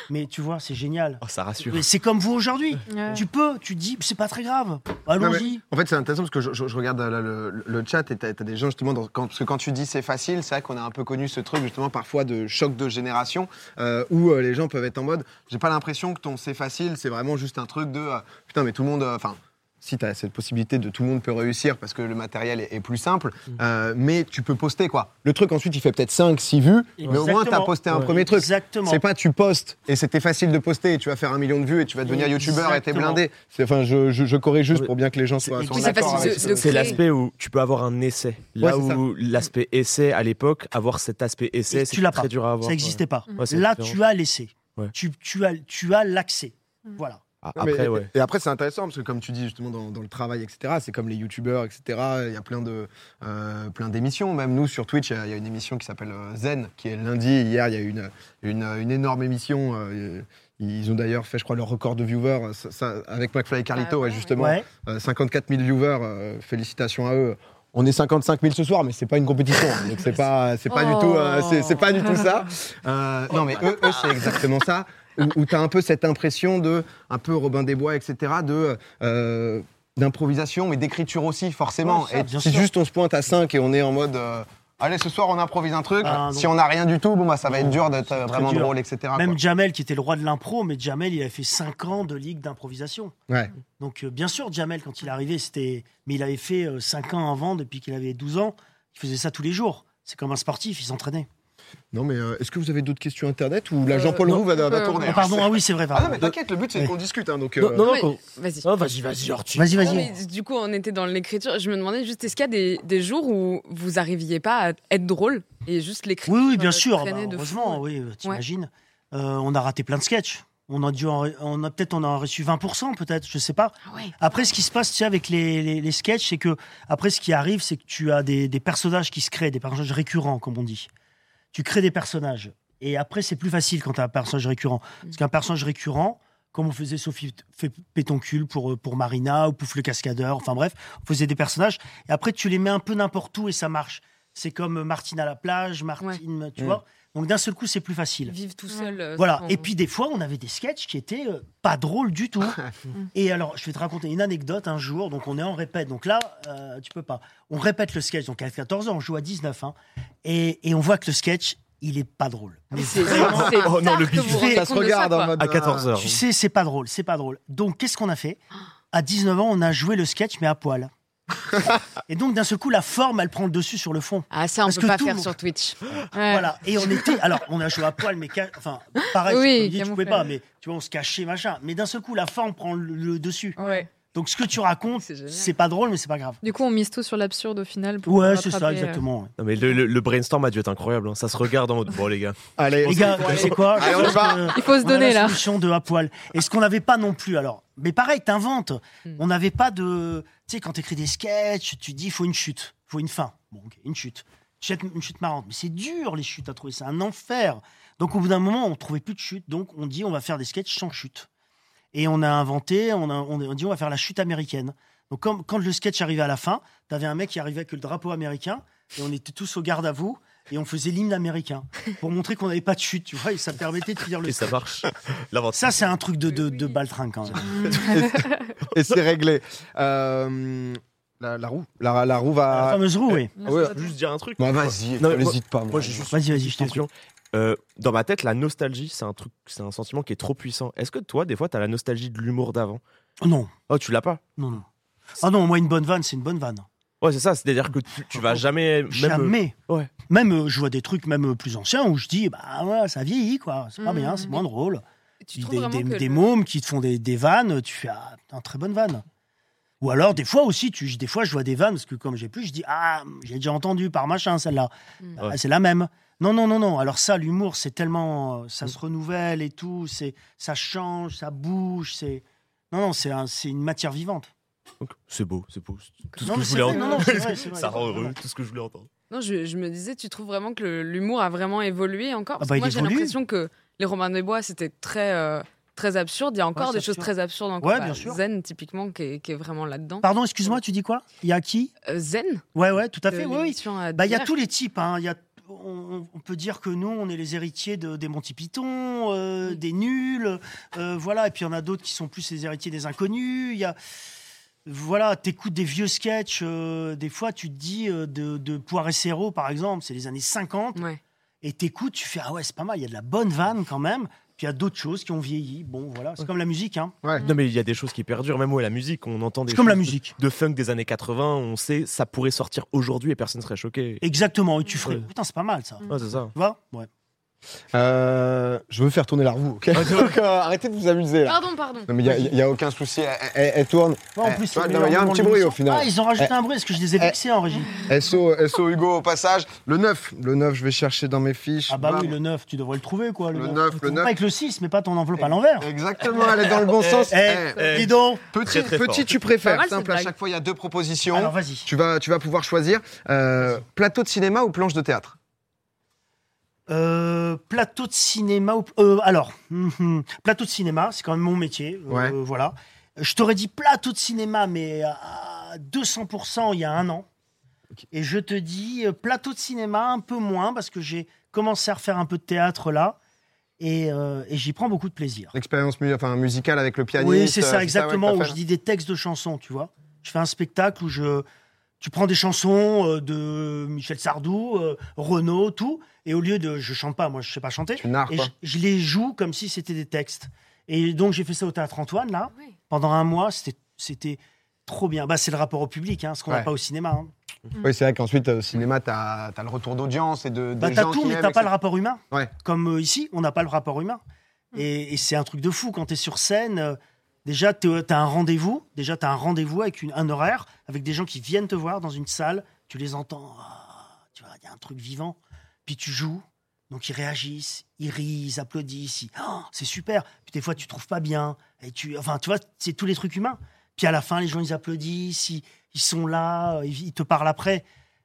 [SPEAKER 2] Mais tu vois, c'est génial.
[SPEAKER 4] Oh, ça rassure.
[SPEAKER 2] Mais C'est comme vous aujourd'hui.
[SPEAKER 3] Ouais.
[SPEAKER 2] Tu peux, tu dis, c'est pas très grave. Allons-y.
[SPEAKER 1] En fait, c'est intéressant parce que je, je- je regarde euh, là, le, le- le chat et t'as t'as des gens justement. dans- quand- parce que quand tu dis c'est facile, c'est vrai qu'on a un peu connu ce truc justement parfois de choc de génération euh, où euh, les gens peuvent être en mode j'ai pas l'impression que ton c'est facile, c'est vraiment juste un truc de euh, putain, mais tout le monde. euh, Enfin, si t'as cette possibilité de tout le monde peut réussir parce que le matériel est, est plus simple, euh, mais tu peux poster quoi. Le truc ensuite il fait peut-être 5-6 vues, mais au moins t'as
[SPEAKER 2] Exactement.
[SPEAKER 1] posté un
[SPEAKER 4] Ouais.
[SPEAKER 1] premier truc.
[SPEAKER 2] Exactement.
[SPEAKER 1] C'est pas tu postes et c'était facile de poster et tu vas faire un million de vues et tu vas devenir youtubeur et t'es
[SPEAKER 2] Exactement.
[SPEAKER 1] blindé. C'est- Enfin, je, je, je corrige juste
[SPEAKER 4] Oui.
[SPEAKER 1] pour bien que les gens soient,
[SPEAKER 2] Et
[SPEAKER 1] soient
[SPEAKER 2] puis
[SPEAKER 1] en
[SPEAKER 3] c'est
[SPEAKER 1] accord
[SPEAKER 3] facile
[SPEAKER 1] avec
[SPEAKER 3] de-
[SPEAKER 1] ce-
[SPEAKER 3] de
[SPEAKER 4] C'est
[SPEAKER 3] créer.
[SPEAKER 4] l'aspect où tu peux avoir un essai. Là
[SPEAKER 1] Ouais, c'est
[SPEAKER 4] où l'aspect essai à l'époque, avoir cet aspect essai,
[SPEAKER 2] Et
[SPEAKER 4] c'est
[SPEAKER 2] tu l'as
[SPEAKER 4] très
[SPEAKER 2] pas.
[SPEAKER 4] dur à avoir.
[SPEAKER 2] Ça n'existait pas.
[SPEAKER 4] Ouais, c'est
[SPEAKER 2] Là,
[SPEAKER 4] différent.
[SPEAKER 2] tu as l'essai.
[SPEAKER 4] Ouais.
[SPEAKER 2] Tu, tu as, tu as l'accès. Voilà.
[SPEAKER 4] Ah,
[SPEAKER 1] Non, mais-
[SPEAKER 4] Après, ouais.
[SPEAKER 1] Et après, c'est intéressant parce que, comme tu dis justement dans, dans le travail, etc., c'est comme les youtubeurs, etc. Il y a plein de euh, plein d'émissions. Même nous sur Twitch, il y a- il y a une émission qui s'appelle euh, Zen, qui est lundi. Hier, il y a eu une une, une énorme émission. euh, ils ont d'ailleurs fait, je crois, leur record de viewers euh, ça- ça- avec McFly et Carlito,
[SPEAKER 3] Ah ouais,
[SPEAKER 1] et justement,
[SPEAKER 2] Ouais.
[SPEAKER 1] euh, 54 000 viewers. euh, félicitations à eux. On est 55 000 ce soir, mais c'est pas une compétition, donc c'est pas c'est pas du tout
[SPEAKER 2] Oh.
[SPEAKER 1] euh, c'est c'est pas du tout ça. Euh, non, mais eux, eux, c'est exactement ça. Où, tu as un peu cette impression de, un peu Robin des Bois, etc., de. euh, d'improvisation, mais d'écriture aussi, forcément.
[SPEAKER 2] Ouais, ça,
[SPEAKER 1] et
[SPEAKER 2] bien
[SPEAKER 1] si
[SPEAKER 2] sûr.
[SPEAKER 1] juste on se pointe à 5 et on est en mode. euh, Allez, ce soir, on improvise un truc.
[SPEAKER 2] Ah, non.
[SPEAKER 1] si on n'a rien du tout, bon, bah, ça va être dur d'être euh,
[SPEAKER 2] très
[SPEAKER 1] vraiment
[SPEAKER 2] dur.
[SPEAKER 1] drôle, etc. quoi.
[SPEAKER 2] Même Jamel, qui était le roi de l'impro, mais Jamel, il avait fait 5 ans de ligue d'improvisation.
[SPEAKER 1] Ouais.
[SPEAKER 2] Donc, euh, bien sûr, Jamel, quand il est arrivé, c'était. Mais il avait fait 5 ans avant, depuis qu'il avait 12 ans. Il faisait ça tous les jours. C'est comme un sportif, il s'entraînait.
[SPEAKER 1] Non, mais euh, est-ce que vous avez d'autres questions Internet ou là,
[SPEAKER 3] Euh,
[SPEAKER 1] Jean-Paul
[SPEAKER 4] non.
[SPEAKER 1] Roux va, va
[SPEAKER 3] Euh,
[SPEAKER 1] tourner
[SPEAKER 2] Ah, pardon, ah oui, c'est vrai.
[SPEAKER 1] Ah non,
[SPEAKER 2] pardon.
[SPEAKER 1] mais t'inquiète, le but, c'est qu'on discute. hein, donc, euh,
[SPEAKER 4] Non, non, non,
[SPEAKER 3] Oui.
[SPEAKER 4] quand-
[SPEAKER 3] Vas-y.
[SPEAKER 4] Oh, vas-y, vas-y, genre, tu-
[SPEAKER 2] Vas-y,
[SPEAKER 3] Non,
[SPEAKER 2] vas-y.
[SPEAKER 3] mais du coup, on était dans l'écriture. Je me demandais juste, est-ce qu'il y a des, des jours où vous arriviez pas à être drôle et juste l'écriture
[SPEAKER 2] Oui, oui, bien
[SPEAKER 3] euh,
[SPEAKER 2] sûr.
[SPEAKER 3] traînait de fou,
[SPEAKER 2] bah, heureusement,
[SPEAKER 3] ouais.
[SPEAKER 2] oui, euh, t'imagines. Euh, on a raté plein de sketchs. On a dû, en ré- on a peut-être, on a reçu 20%, peut-être, je sais pas.
[SPEAKER 3] Ah ouais.
[SPEAKER 2] Après, ce qui se passe, tu sais, avec les, les, les sketchs, c'est que après, ce qui arrive, c'est que tu as des, des personnages qui se créent, des personnages récurrents, comme on dit. Tu crées des personnages. Et après, c'est plus facile quand tu as un personnage récurrent. Parce qu'un personnage récurrent, comme on faisait Sophie F- Pétoncule pour, euh, pour Marina ou Pouf le Cascadeur, enfin bref, on faisait des personnages. Et après, tu les mets un peu n'importe où et ça marche. C'est comme euh, Martine à la plage, Martine, tu
[SPEAKER 1] Mm.
[SPEAKER 2] vois. Donc d'un seul coup, c'est plus facile.
[SPEAKER 3] Vivre tout seul. euh,
[SPEAKER 2] Voilà.
[SPEAKER 3] sans-
[SPEAKER 2] Et puis des fois, on avait des sketchs qui étaient euh, pas drôles du tout. et alors, je vais te raconter une anecdote un jour. Donc, on est en répète. Donc là, euh, tu peux pas. On répète le sketch. Donc, à 14 ans, on joue à 19. hein. et, et on voit que le sketch, il est pas drôle. Mais
[SPEAKER 3] C'est
[SPEAKER 2] vraiment,
[SPEAKER 3] c'est
[SPEAKER 4] Oh non, le
[SPEAKER 3] bizarre que
[SPEAKER 4] bif.
[SPEAKER 3] vous vous rendez
[SPEAKER 1] ça se
[SPEAKER 3] compte de ça,
[SPEAKER 1] regarde en
[SPEAKER 3] quoi.
[SPEAKER 1] mode.
[SPEAKER 4] à 14h.
[SPEAKER 2] tu sais, c'est pas drôle. C'est pas drôle. Donc, qu'est-ce qu'on a fait À 19 ans, on a joué le sketch, mais à poil. et donc, d'un seul coup, la forme, elle prend le dessus sur le fond.
[SPEAKER 3] Ah, ça, on
[SPEAKER 2] Parce
[SPEAKER 3] peut
[SPEAKER 2] que
[SPEAKER 3] pas
[SPEAKER 2] tout
[SPEAKER 3] faire
[SPEAKER 2] le-
[SPEAKER 3] sur Twitch. Ouais.
[SPEAKER 2] Voilà. Et on était. Alors, on a joué à poil, mais. ca- Enfin, pareil,
[SPEAKER 3] Oui,
[SPEAKER 2] comme dit, tu pouvais
[SPEAKER 3] camouflage.
[SPEAKER 2] pas, mais tu vois, on se cachait, machin. Mais d'un seul coup, la forme prend le, le dessus.
[SPEAKER 3] Ouais.
[SPEAKER 2] Donc, ce que tu racontes,
[SPEAKER 3] C'est génial.
[SPEAKER 2] c'est pas drôle, mais c'est pas grave.
[SPEAKER 5] Du coup, on mise tout sur l'absurde au final. pour
[SPEAKER 2] Ouais, c'est ça,
[SPEAKER 5] rattraper, euh,
[SPEAKER 2] exactement. ouais.
[SPEAKER 4] Non, mais le, le- le brainstorm a dû être incroyable. hein. Ça se regarde en mode. Bon, les gars.
[SPEAKER 1] Allez,
[SPEAKER 2] Les gars,
[SPEAKER 1] allez,
[SPEAKER 2] c'est quoi
[SPEAKER 1] Allez, on y va.
[SPEAKER 5] Il faut se donner
[SPEAKER 2] la
[SPEAKER 5] là.
[SPEAKER 2] solution de à poil. Et ce qu'on n'avait pas non plus, alors. Mais pareil, t'inventes.
[SPEAKER 3] Hmm.
[SPEAKER 2] On n'avait pas de. Tu sais, quand t'écris des sketchs, tu dis, il faut une chute, il faut une fin. Bon, ok, une chute. Chute- Une chute marrante. Mais c'est dur, les chutes à trouver. C'est un enfer. Donc, au bout d'un moment, on trouvait plus de chute. Donc, on dit, on va faire des sketchs sans chute. Et on a inventé, on a, on a dit, on va faire la chute américaine. Donc, quand, quand le sketch arrivait à la fin, t'avais un mec qui arrivait avec le drapeau américain. Et on était tous au garde à vous. Et on faisait l'hymne américain pour montrer qu'on n'avait pas de chute, tu vois, et ça permettait de finir le
[SPEAKER 4] Et ça marche. L'aventure.
[SPEAKER 2] ça, c'est un truc de, de, de baltringue, quand même.
[SPEAKER 1] et c'est réglé. Euh, La, la roue. La, la roue
[SPEAKER 2] La
[SPEAKER 1] va. Ah
[SPEAKER 2] fameuse roue, oui.
[SPEAKER 5] Non,
[SPEAKER 4] Je
[SPEAKER 1] Ouais.
[SPEAKER 5] c'est pas
[SPEAKER 4] veux Juste dire un truc.
[SPEAKER 1] Bah, vas-y,
[SPEAKER 4] Non, mais moi-
[SPEAKER 1] n'hésite pas.
[SPEAKER 4] Moi, j'ai juste
[SPEAKER 2] Vas-y, vas-y,
[SPEAKER 4] une petite
[SPEAKER 2] je t'en prie.
[SPEAKER 4] question. Euh, dans ma tête, la nostalgie, c'est un truc, c'est un sentiment qui est trop puissant. Est-ce que toi, des fois, t'as la nostalgie de l'humour d'avant
[SPEAKER 2] Non,
[SPEAKER 4] Oh, tu l'as pas
[SPEAKER 2] non, non. Ah non, moi, une bonne vanne, c'est une bonne vanne.
[SPEAKER 4] Ouais, c'est ça. C'est-à-dire que tu, tu vas jamais.
[SPEAKER 2] euh,
[SPEAKER 4] même- euh,
[SPEAKER 2] Jamais.
[SPEAKER 4] ouais.
[SPEAKER 2] Même, euh, je vois des trucs même euh, plus anciens où je dis, bah ouais, ça vieillit, quoi. C'est pas
[SPEAKER 3] Mhm.
[SPEAKER 2] bien, c'est moins drôle.
[SPEAKER 3] Tu
[SPEAKER 2] Puis
[SPEAKER 3] trouves
[SPEAKER 2] des,
[SPEAKER 3] vraiment
[SPEAKER 2] des-
[SPEAKER 3] que
[SPEAKER 2] des
[SPEAKER 3] le-
[SPEAKER 2] mômes qui te font des, des vannes, tu fais ah, un très bonne vanne. Ou alors, des fois aussi, tu, des fois, je vois des vannes, parce que comme j'ai plus, je dis Ah, j'ai déjà entendu par machin celle-là.
[SPEAKER 3] Mm.
[SPEAKER 2] Ah, C'est la même. Non, non, non, non. Alors, ça, l'humour, c'est tellement. euh, Ça
[SPEAKER 4] Hmm.
[SPEAKER 2] se renouvelle et tout, c'est ça change, ça bouge, c'est. Non, non, c'est un- c'est une matière vivante.
[SPEAKER 4] Donc, C'est beau, c'est beau. c'est Tout ce
[SPEAKER 2] Non,
[SPEAKER 4] que
[SPEAKER 2] mais
[SPEAKER 4] je
[SPEAKER 2] c'est
[SPEAKER 4] voulais
[SPEAKER 2] vrai,
[SPEAKER 4] entendre.
[SPEAKER 2] non, non, c'est vrai, c'est vrai.
[SPEAKER 4] ça rend heureux. Tout ce que je voulais entendre.
[SPEAKER 3] Non, je, je me disais, tu trouves vraiment que le- l'humour a vraiment évolué encore
[SPEAKER 2] Ah
[SPEAKER 3] Parce
[SPEAKER 2] bah,
[SPEAKER 3] que
[SPEAKER 2] il
[SPEAKER 3] Moi, j'ai
[SPEAKER 2] évolue.
[SPEAKER 3] l'impression que les Romains des Bois, c'était très, euh, très absurde. Il y a encore
[SPEAKER 2] Ouais,
[SPEAKER 3] des
[SPEAKER 2] c'est
[SPEAKER 3] choses
[SPEAKER 2] absurde.
[SPEAKER 3] très absurdes encore. Bah,
[SPEAKER 2] Ouais, bien sûr.
[SPEAKER 3] Zen, typiquement, qui est, qui est vraiment là-dedans.
[SPEAKER 2] Pardon, excuse-moi, tu dis quoi Il y a qui
[SPEAKER 3] Euh, zen
[SPEAKER 2] Ouais, ouais, tout à
[SPEAKER 3] de
[SPEAKER 2] fait. Oui, oui.
[SPEAKER 3] l'émission à
[SPEAKER 2] Bah, il y a
[SPEAKER 3] Deezer.
[SPEAKER 2] tous les types. hein. Il Y a, on, on peut dire que nous, on est les héritiers de- des Monty Python, euh, des nuls, euh, voilà. Et puis il y en a d'autres qui sont plus les héritiers des inconnus. Il y a, voilà, t'écoutes des vieux sketchs. euh, des fois, tu te dis euh, de, de Poiré Serrault, par exemple, c'est les années 50.
[SPEAKER 3] Ouais.
[SPEAKER 2] Et t'écoutes, tu fais ah ouais, c'est pas mal. Il y a de la bonne vanne quand même. Puis il y a d'autres choses qui ont vieilli. Bon, voilà, c'est comme la musique, hein.
[SPEAKER 1] Ouais.
[SPEAKER 4] Non, mais il y a des choses qui perdurent. Même ouais, la musique, on entend des.
[SPEAKER 2] C'est comme la
[SPEAKER 4] choses
[SPEAKER 2] musique.
[SPEAKER 4] De funk des années 80, on sait, ça pourrait sortir aujourd'hui et personne serait choqué.
[SPEAKER 2] Exactement. Et tu ferais
[SPEAKER 4] Ouais.
[SPEAKER 2] putain, c'est pas mal ça.
[SPEAKER 4] Ouais, c'est ça.
[SPEAKER 2] Tu vois Ouais.
[SPEAKER 1] Euh, je veux faire tourner la roue, ok Donc, euh, Arrêtez de vous amuser là.
[SPEAKER 3] Pardon, pardon.
[SPEAKER 1] Non, mais il n'y a, aucun souci, elle, elle- elle tourne.
[SPEAKER 2] Ouais, en
[SPEAKER 1] Eh,
[SPEAKER 2] plus,
[SPEAKER 1] tu vois,
[SPEAKER 2] c'est le
[SPEAKER 1] non, mais il y a un
[SPEAKER 2] meilleur
[SPEAKER 1] petit
[SPEAKER 2] moment de
[SPEAKER 1] bruit,
[SPEAKER 2] l'émission.
[SPEAKER 1] au final. Eh.
[SPEAKER 2] Ah, ils ont rajouté un bruit parce que je les ai vexés en régie.
[SPEAKER 1] SO, SO Hugo au passage. Le 9, le 9, je vais chercher dans mes fiches.
[SPEAKER 2] Ah bah
[SPEAKER 1] Bam.
[SPEAKER 2] oui, le 9, tu devrais le trouver quoi.
[SPEAKER 1] Le
[SPEAKER 2] neuf.
[SPEAKER 1] neuf,
[SPEAKER 2] Tu
[SPEAKER 1] le
[SPEAKER 2] trouves
[SPEAKER 1] neuf.
[SPEAKER 2] Pas avec le 6, mais pas ton enveloppe à l'envers.
[SPEAKER 1] Exactement, elle est dans le bon sens.
[SPEAKER 2] Eh,
[SPEAKER 1] Eh,
[SPEAKER 4] eh,
[SPEAKER 2] dis donc
[SPEAKER 1] petit,
[SPEAKER 4] très, très
[SPEAKER 1] petit
[SPEAKER 4] fort.
[SPEAKER 1] tu préfères.
[SPEAKER 3] Pas mal,
[SPEAKER 1] Simple,
[SPEAKER 3] cette
[SPEAKER 1] à
[SPEAKER 3] blague.
[SPEAKER 1] chaque fois, il y a deux propositions.
[SPEAKER 2] Alors vas-y.
[SPEAKER 1] tu, vas, tu vas pouvoir choisir euh, plateau de cinéma ou planche de théâtre.
[SPEAKER 2] Euh, plateau de cinéma ou... euh, alors, hum, hum, plateau de cinéma, c'est quand même mon métier. euh,
[SPEAKER 1] Ouais.
[SPEAKER 2] Voilà. Je t'aurais dit plateau de cinéma, mais à 200% il y a un an. Et je te dis euh, plateau de cinéma un peu moins parce que j'ai commencé à refaire un peu de théâtre là et, euh, et j'y prends beaucoup de plaisir.
[SPEAKER 1] L'expérience mu- enfin, musicale avec le pianiste.
[SPEAKER 2] Oui, c'est
[SPEAKER 1] euh,
[SPEAKER 2] ça,
[SPEAKER 1] ouais,
[SPEAKER 2] exactement,
[SPEAKER 1] que
[SPEAKER 2] où
[SPEAKER 1] t'as
[SPEAKER 2] je
[SPEAKER 1] fait.
[SPEAKER 2] dis des textes de chansons, tu vois. Je fais un spectacle où je. Tu prends des chansons euh, de Michel Sardou, euh, Renaud, tout, et au lieu de. Je chante pas, moi, je sais pas chanter.
[SPEAKER 1] Tu narres,
[SPEAKER 2] et
[SPEAKER 1] quoi.
[SPEAKER 2] je, je les joue comme si c'était des textes. Et donc, j'ai fait ça au théâtre Antoine, là,
[SPEAKER 3] Ouais.
[SPEAKER 2] pendant un mois. C'était- C'était trop bien. Bah, c'est le rapport au public, hein, ce qu'on n'a
[SPEAKER 1] Ouais.
[SPEAKER 2] pas au cinéma. hein.
[SPEAKER 1] Oui, c'est vrai qu'ensuite, euh, au cinéma, t'as as le retour d'audience et de.
[SPEAKER 2] Bah,
[SPEAKER 1] des
[SPEAKER 2] t'as
[SPEAKER 1] gens
[SPEAKER 2] tout,
[SPEAKER 1] qui
[SPEAKER 2] mais
[SPEAKER 1] aiment,
[SPEAKER 2] t'as pas
[SPEAKER 1] etc.
[SPEAKER 2] le rapport humain.
[SPEAKER 1] Ouais.
[SPEAKER 2] Comme euh, ici, on n'a pas le rapport humain. Et, et c'est un truc de fou. Quand t'es sur scène, euh, déjà, t'es- euh, t'as un rendez-vous. Déjà, t'as un rendez-vous avec une- un horaire, avec des gens qui viennent te voir dans une salle. Tu les entends. Ah, tu vois, il y a un truc vivant. Puis tu joues. Donc ils réagissent, ils rient, ils applaudissent. ils- Ah, c'est super. Puis des fois, tu trouves pas bien. Et tu, enfin, tu vois, c'est tous les trucs humains. Puis à la fin, les gens, ils applaudissent, ils, ils sont là, euh, ils, ils te parlent après.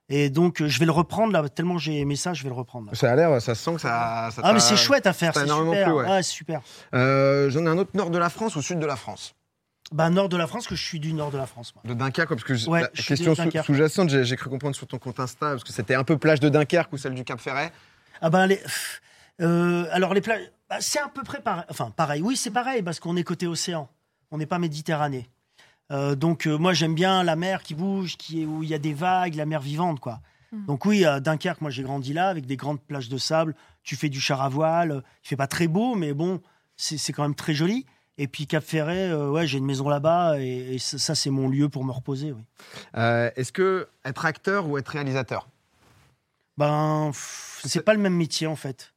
[SPEAKER 2] Et donc, euh, je vais le reprendre là, tellement j'ai aimé ça, je vais le reprendre. là.
[SPEAKER 1] Ça a l'air, ça se sent que ça. ça
[SPEAKER 2] Ah, mais
[SPEAKER 1] t'a-
[SPEAKER 2] c'est chouette à faire,
[SPEAKER 1] ça
[SPEAKER 2] c'est
[SPEAKER 1] t'a énormément
[SPEAKER 2] super.
[SPEAKER 1] plu, ouais.
[SPEAKER 2] Ouais, c'est super.
[SPEAKER 1] Euh, J'en ai un autre nord de la France ou sud de la France
[SPEAKER 2] Bah, nord de la France, que je suis du nord de la France, moi.
[SPEAKER 1] De Dunkerque, parce que j-
[SPEAKER 2] Ouais,
[SPEAKER 1] la
[SPEAKER 2] je suis
[SPEAKER 1] question
[SPEAKER 2] de Dunkerque.
[SPEAKER 1] sous- sous-jacente, j'ai j'ai cru comprendre sur ton compte Insta, parce que c'était un peu plage de Dunkerque ou celle du Cap Ferret.
[SPEAKER 2] Ah, bah, les. pff, euh, alors, les plages. bah, c'est à peu près pareil. Enfin, pareil. Oui, c'est pareil, parce qu'on est côté océan. On n'est pas Méditerranée. Euh, donc, euh, moi, j'aime bien la mer qui bouge, qui est, où il y a des vagues, la mer vivante, quoi.
[SPEAKER 5] Mm.
[SPEAKER 2] Donc, oui, à Dunkerque, moi, j'ai grandi là, avec des grandes plages de sable. Tu fais du char à voile. euh, Il fait pas très beau, mais bon, c'est c'est quand même très joli. Et puis, Cap Ferret, euh, ouais, j'ai une maison là-bas, et, et ça, ça, c'est mon lieu pour me reposer, oui.
[SPEAKER 1] Euh, Est-ce que être acteur ou être réalisateur
[SPEAKER 2] Ben, pff, c'est pas le même métier en fait.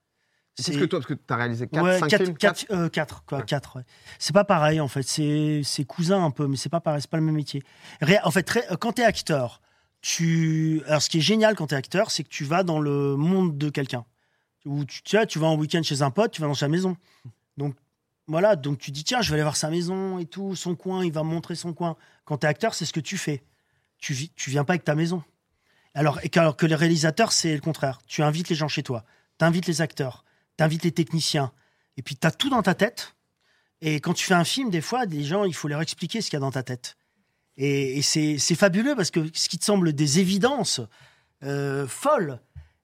[SPEAKER 1] C'est ce que toi, parce que tu as réalisé 4,
[SPEAKER 2] ouais,
[SPEAKER 1] 5
[SPEAKER 2] quatre-
[SPEAKER 1] films.
[SPEAKER 2] quatre- euh, quatre, quoi,
[SPEAKER 1] Ouais.
[SPEAKER 2] quatre, ouais. C'est pas pareil en fait, c'est c'est cousin un peu, mais c'est pas pareil, c'est pas le même métier. Ré- en fait, ré- euh, quand t'es acteur, tu, alors ce qui est génial quand t'es acteur, c'est que tu vas dans le monde de quelqu'un. Ou tu, tu vois, tu vas en week-end chez un pote, tu vas dans sa maison. Donc voilà, donc tu dis tiens, je vais aller voir sa maison et tout, son coin, il va me montrer son coin. Quand t'es acteur, c'est ce que tu fais. Tu vis, tu viens pas avec ta maison. Alors, et que- alors que les réalisateurs, c'est le contraire. Tu invites les gens chez toi, t'invites les acteurs, t'invites les techniciens, et puis t'as tout dans ta tête. Et quand tu fais un film, des fois, les gens, il faut leur expliquer ce qu'il y a dans ta tête. Et, et c'est c'est fabuleux parce que ce qui te semble des évidences euh, folles,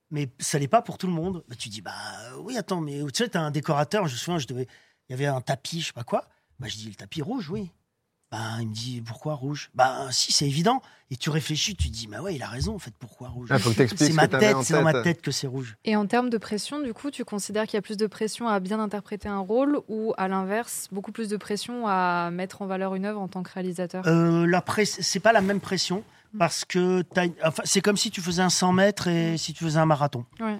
[SPEAKER 2] mais ça l'est pas pour tout le monde. Bah, tu dis, bah euh, oui, attends, mais tu sais, t'as un décorateur, je me souviens, je devais, il y avait un tapis, je sais pas quoi. Bah, je dis, le tapis rouge, oui. Ben, il me dit pourquoi rouge Ben, si, c'est évident. Et tu réfléchis, tu te dis, bah ouais, il a raison, en fait, pourquoi rouge
[SPEAKER 1] Ah, faut que t'expliques
[SPEAKER 2] C'est
[SPEAKER 1] ce
[SPEAKER 2] ma
[SPEAKER 1] que t'avais
[SPEAKER 2] tête,
[SPEAKER 1] en
[SPEAKER 2] c'est dans ma
[SPEAKER 1] tête.
[SPEAKER 2] tête que c'est rouge.
[SPEAKER 5] Et en termes de pression, du coup, tu considères qu'il y a plus de pression à bien interpréter un rôle ou à l'inverse, beaucoup plus de pression à mettre en valeur une œuvre en tant que réalisateur
[SPEAKER 2] Euh, la presse, c'est pas la même pression parce que t'as une- enfin, c'est comme si tu faisais un 100 mètres et si tu faisais un marathon.
[SPEAKER 5] Ouais.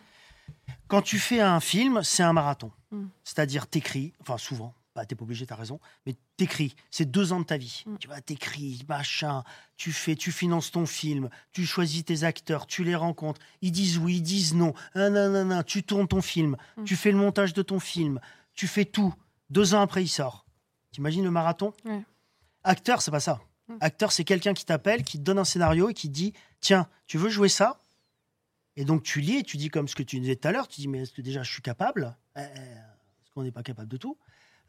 [SPEAKER 2] Quand tu fais un film, c'est un marathon.
[SPEAKER 5] Mm.
[SPEAKER 2] C'est-à-dire, t'écris, enfin souvent, bah, t'es pas obligé, t'as raison, mais t'écris. C'est deux ans de ta vie.
[SPEAKER 5] Mm.
[SPEAKER 2] Tu vas, t'écris, machin, tu fais, tu finances ton film, tu choisis tes acteurs, tu les rencontres, ils disent oui, ils disent non, Ah, nan, nan, nan, tu tournes ton film,
[SPEAKER 5] Mm.
[SPEAKER 2] tu fais le montage de ton film, tu fais tout. Deux ans après, il sort. T'imagines le marathon
[SPEAKER 5] Ouais.
[SPEAKER 2] Acteur, c'est pas ça.
[SPEAKER 5] Mm.
[SPEAKER 2] Acteur, c'est quelqu'un qui t'appelle, qui te donne un scénario et qui te dit Tiens, tu veux jouer ça Et donc tu lis et tu dis comme ce que tu disais tout à l'heure tu dis, mais est-ce que déjà je suis capable Eh, eh, Est-ce qu'on n'est pas capable de tout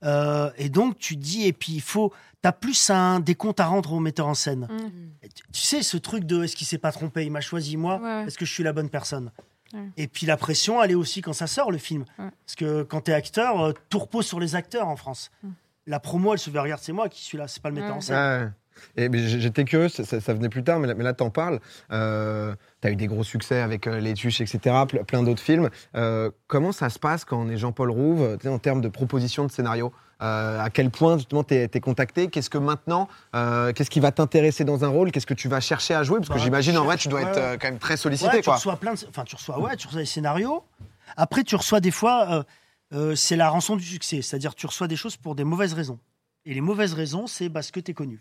[SPEAKER 2] Euh, Et donc tu dis, et puis il faut. T'as plus un, des comptes à rendre au metteur en scène.
[SPEAKER 5] Mm.
[SPEAKER 2] Et Tu, tu sais, ce truc de Est-ce qu'il s'est pas trompé Il m'a choisi moi
[SPEAKER 5] Ouais, ouais.
[SPEAKER 2] Est-ce que je suis la bonne personne
[SPEAKER 5] Ouais.
[SPEAKER 2] Et puis la pression, elle est aussi quand ça sort le film.
[SPEAKER 5] Ouais.
[SPEAKER 2] Parce que quand t'es acteur, euh, tout repose sur les acteurs en France.
[SPEAKER 5] Mm.
[SPEAKER 2] La promo, elle se fait, regarde, c'est moi qui suis là, c'est pas le metteur
[SPEAKER 5] Ouais.
[SPEAKER 2] en scène.
[SPEAKER 1] Ouais. Ah. Et mais j- j'étais curieux, ça, ça- ça venait plus tard, mais là, mais là t'en parles. Euh, T'as eu des gros succès avec euh, Les Tuches, etc., ple- plein d'autres films. Euh, comment ça se passe quand on est Jean-Paul Rouve euh, tu sais, en termes de proposition de scénario Euh, À quel point justement t'es t'es contacté Qu'est-ce que maintenant, euh, qu'est-ce qui va t'intéresser dans un rôle Qu'est-ce que tu vas chercher à jouer Parce que
[SPEAKER 2] Bah,
[SPEAKER 1] j'imagine en vrai,
[SPEAKER 2] cherche-
[SPEAKER 1] tu dois
[SPEAKER 2] ouais,
[SPEAKER 1] être
[SPEAKER 2] ouais.
[SPEAKER 1] euh, quand même très
[SPEAKER 2] Ouais,
[SPEAKER 1] sollicité,
[SPEAKER 2] tu
[SPEAKER 1] quoi.
[SPEAKER 2] reçois plein de... Enfin, tu reçois, ouais, tu reçois des scénarios. Après, tu reçois des fois... euh, euh, c'est la rançon du succès. C'est-à-dire, tu reçois des choses pour des mauvaises raisons. Et les mauvaises raisons, c'est parce que t'es connu.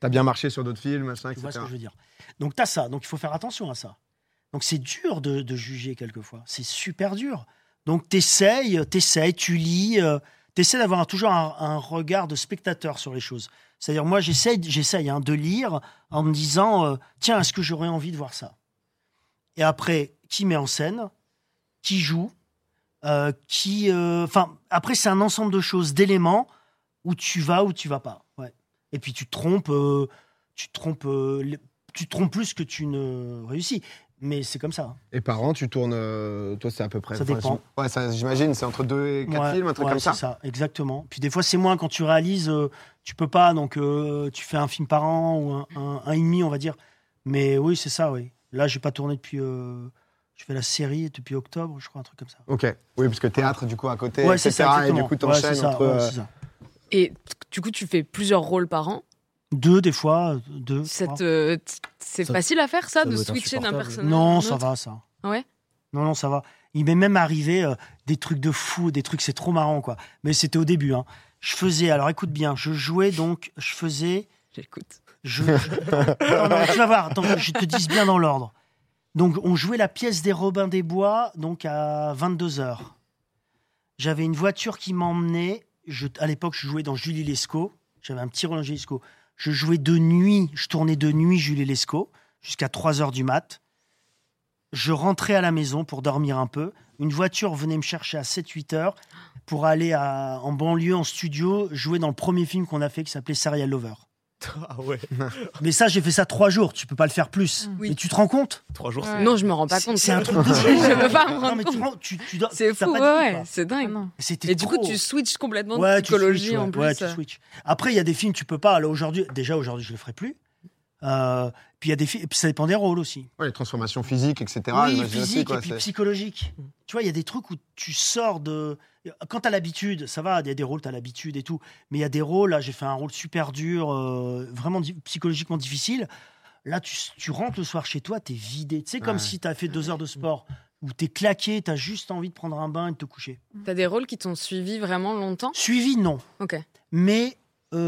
[SPEAKER 1] T'as bien marché sur d'autres films, machin,
[SPEAKER 2] Tu
[SPEAKER 1] etc.
[SPEAKER 2] vois ce que je veux dire Donc, t'as ça. Donc, il faut faire attention à ça. Donc, c'est dur de, de juger quelquefois. C'est super dur. Donc, t'essayes, t'essayes, tu lis. euh, t'essaies d'avoir un- toujours un, un regard de spectateur sur les choses. C'est-à-dire, moi, j'essaye, j'essaye hein, de lire en me disant euh, tiens, est-ce que j'aurais envie de voir ça Et après, qui met en scène Qui joue Euh, Qui. euh, Enfin, après, c'est un ensemble de choses, d'éléments où tu vas, où tu vas pas. Ouais. Et puis, tu te trompes. euh, tu te trompes, euh, le- tu te trompes plus que tu ne réussis. Mais c'est comme ça. hein.
[SPEAKER 1] Et par an, tu tournes. euh, toi, c'est à peu près.
[SPEAKER 2] Ça
[SPEAKER 1] enfin,
[SPEAKER 2] dépend.
[SPEAKER 1] Ouais, ça, j'imagine, c'est entre deux et quatre
[SPEAKER 2] Ouais,
[SPEAKER 1] films, un truc
[SPEAKER 2] ouais,
[SPEAKER 1] comme ça.
[SPEAKER 2] c'est Exactement. Puis des fois, c'est moins quand tu réalises, euh, tu peux pas, donc euh, tu fais un film par an ou un, un- un et demi, on va dire. Mais oui, c'est ça, oui. Là, j'ai pas tourné depuis. euh, je fais la série depuis octobre, je crois, un truc comme ça.
[SPEAKER 1] Ok. Oui, parce que théâtre, du coup, à côté,
[SPEAKER 2] ouais,
[SPEAKER 1] etc.
[SPEAKER 2] c'est ça.
[SPEAKER 1] et du
[SPEAKER 2] exactement.
[SPEAKER 1] coup,
[SPEAKER 2] Ouais,
[SPEAKER 1] t'enchaînes
[SPEAKER 2] c'est ça,
[SPEAKER 1] entre.
[SPEAKER 2] ouais,
[SPEAKER 1] euh,
[SPEAKER 2] c'est ça.
[SPEAKER 3] Et t- du coup, tu fais plusieurs rôles par an.
[SPEAKER 2] Deux, des fois, euh, deux.
[SPEAKER 3] Ça
[SPEAKER 2] trois.
[SPEAKER 3] te- t- C'est
[SPEAKER 4] Ça-
[SPEAKER 3] facile à faire, ça,
[SPEAKER 4] ça
[SPEAKER 3] de
[SPEAKER 4] doit être
[SPEAKER 3] switcher d'un
[SPEAKER 4] insupportable.
[SPEAKER 3] personnage. à un
[SPEAKER 2] Non, ça
[SPEAKER 3] autre
[SPEAKER 2] va, ça.
[SPEAKER 3] Ah ouais
[SPEAKER 2] Non, non, ça va. Il m'est même arrivé euh, des trucs de fou, des trucs, c'est trop marrant, quoi. Mais c'était au début. hein. Je faisais, alors écoute bien, je jouais donc, je faisais.
[SPEAKER 3] J'écoute.
[SPEAKER 2] Je, Non, non, tu vas voir, attends, je te dis bien dans l'ordre. Donc, on jouait la pièce des Robins des Bois, donc à 22h. J'avais une voiture qui m'emmenait. Je, à l'époque, je jouais dans Julie Lescaut. J'avais un petit rôle dans Julie Lescaut. Je jouais de nuit, je tournais de nuit Julie Lescaut jusqu'à 3h du mat. Je rentrais à la maison pour dormir un peu. Une voiture venait me chercher à 7-8 heures pour aller à- en banlieue, en studio, jouer dans le premier film qu'on a fait qui s'appelait Serial Lover.
[SPEAKER 4] Ah ouais,
[SPEAKER 2] Mais ça, j'ai fait ça trois jours. Tu peux pas le faire plus.
[SPEAKER 5] Mm.
[SPEAKER 3] Oui.
[SPEAKER 2] Mais tu te rends compte
[SPEAKER 4] trois jours.
[SPEAKER 5] Ouais.
[SPEAKER 3] Non, je me rends pas
[SPEAKER 2] C'est-
[SPEAKER 3] compte.
[SPEAKER 2] C'est un truc de fou.
[SPEAKER 3] Je veux pas me
[SPEAKER 2] Non, mais
[SPEAKER 3] rendre
[SPEAKER 2] tu,
[SPEAKER 3] compte.
[SPEAKER 2] rends- tu, tu dois-
[SPEAKER 3] C'est
[SPEAKER 2] t'as
[SPEAKER 3] fou,
[SPEAKER 2] pas
[SPEAKER 3] ouais,
[SPEAKER 2] de vie,
[SPEAKER 3] ouais,
[SPEAKER 2] quoi.
[SPEAKER 3] c'est
[SPEAKER 5] Ah
[SPEAKER 3] dingue.
[SPEAKER 5] non.
[SPEAKER 2] C'était
[SPEAKER 3] Et du coup,
[SPEAKER 2] trop.
[SPEAKER 3] tu switches complètement de
[SPEAKER 2] Ouais, tu
[SPEAKER 3] psychologie
[SPEAKER 2] switches,
[SPEAKER 3] en
[SPEAKER 2] ouais,
[SPEAKER 3] plus. euh.
[SPEAKER 2] ouais, tu switches. Après, il y a des films tu peux pas. Là, aujourd'hui, déjà aujourd'hui, je le ferai plus. Euh, puis il y a des films. et puis Ça dépend des rôles aussi.
[SPEAKER 1] ouais, les transformations physiques, etc.
[SPEAKER 2] oui,
[SPEAKER 1] j'imagine aussi,
[SPEAKER 2] physique
[SPEAKER 1] quoi,
[SPEAKER 2] et puis
[SPEAKER 1] c'est-
[SPEAKER 2] psychologique. Tu vois, il y a des trucs où tu sors de. Quand t'as l'habitude, ça va, il y a des rôles, t'as l'habitude et tout. Mais il y a des rôles, là, j'ai fait un rôle super dur, euh, vraiment di- psychologiquement difficile. Là, tu, tu rentres le soir chez toi, t'es vidé. Tu sais, comme
[SPEAKER 1] Ouais. Mm.
[SPEAKER 2] si t'as fait deux heures de sport, où t'es claqué, t'as juste envie de prendre un bain et de te coucher.
[SPEAKER 3] T'as des rôles qui t'ont suivi vraiment longtemps.
[SPEAKER 2] Suivi, non.
[SPEAKER 3] Ok.
[SPEAKER 2] Mais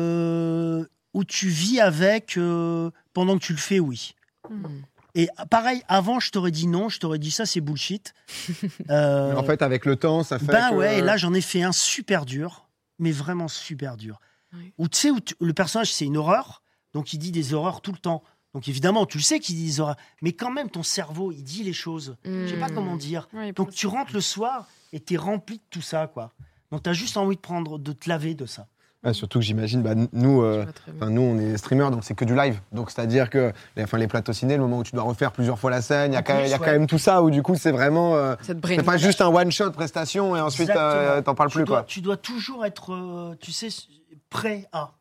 [SPEAKER 2] euh, où tu vis avec euh, pendant que tu le fais, oui.
[SPEAKER 3] Hmm.
[SPEAKER 5] Mm.
[SPEAKER 2] Et ah, pareil, avant, je t'aurais dit non, je t'aurais dit ça, c'est bullshit. Euh,
[SPEAKER 1] En fait, avec le temps, ça fait.
[SPEAKER 2] bah
[SPEAKER 1] que- euh,
[SPEAKER 2] ouais, et là j'en ai fait un super dur, mais vraiment super dur.
[SPEAKER 3] Oui.
[SPEAKER 2] Où tu sais, où tu- le personnage c'est une horreur, donc il dit des horreurs tout le temps. Donc évidemment, tu le sais qu'il dit des horreurs, mais quand même ton cerveau il dit les choses. Je sais pas
[SPEAKER 3] Hmm.
[SPEAKER 2] comment dire.
[SPEAKER 5] Ouais, il
[SPEAKER 2] Donc
[SPEAKER 5] pense-
[SPEAKER 2] tu rentres le soir et t'es rempli de tout ça quoi. Donc t'as juste envie de prendre, de te laver de ça.
[SPEAKER 1] Ouais, surtout que j'imagine, bah, nous.
[SPEAKER 3] Je
[SPEAKER 2] Hmm.
[SPEAKER 1] euh,
[SPEAKER 3] vois très bien.
[SPEAKER 1] Enfin, nous, on est streamers, donc c'est que du live. Donc, c'est-à-dire que les, enfin, les plateaux ciné, le moment où tu dois refaire plusieurs fois la scène, il y a,
[SPEAKER 2] En
[SPEAKER 1] quand,
[SPEAKER 2] plus,
[SPEAKER 1] il y a quand
[SPEAKER 2] ouais.
[SPEAKER 1] même tout ça où, du coup, c'est vraiment. euh,
[SPEAKER 3] Ça te
[SPEAKER 1] c'est
[SPEAKER 3] brain.
[SPEAKER 1] pas juste un one-shot prestation et ensuite, euh,
[SPEAKER 2] Exactement.
[SPEAKER 1] t'en parles
[SPEAKER 2] tu
[SPEAKER 1] plus,
[SPEAKER 2] dois,
[SPEAKER 1] quoi.
[SPEAKER 2] Tu dois toujours être, euh, tu sais, prêt à.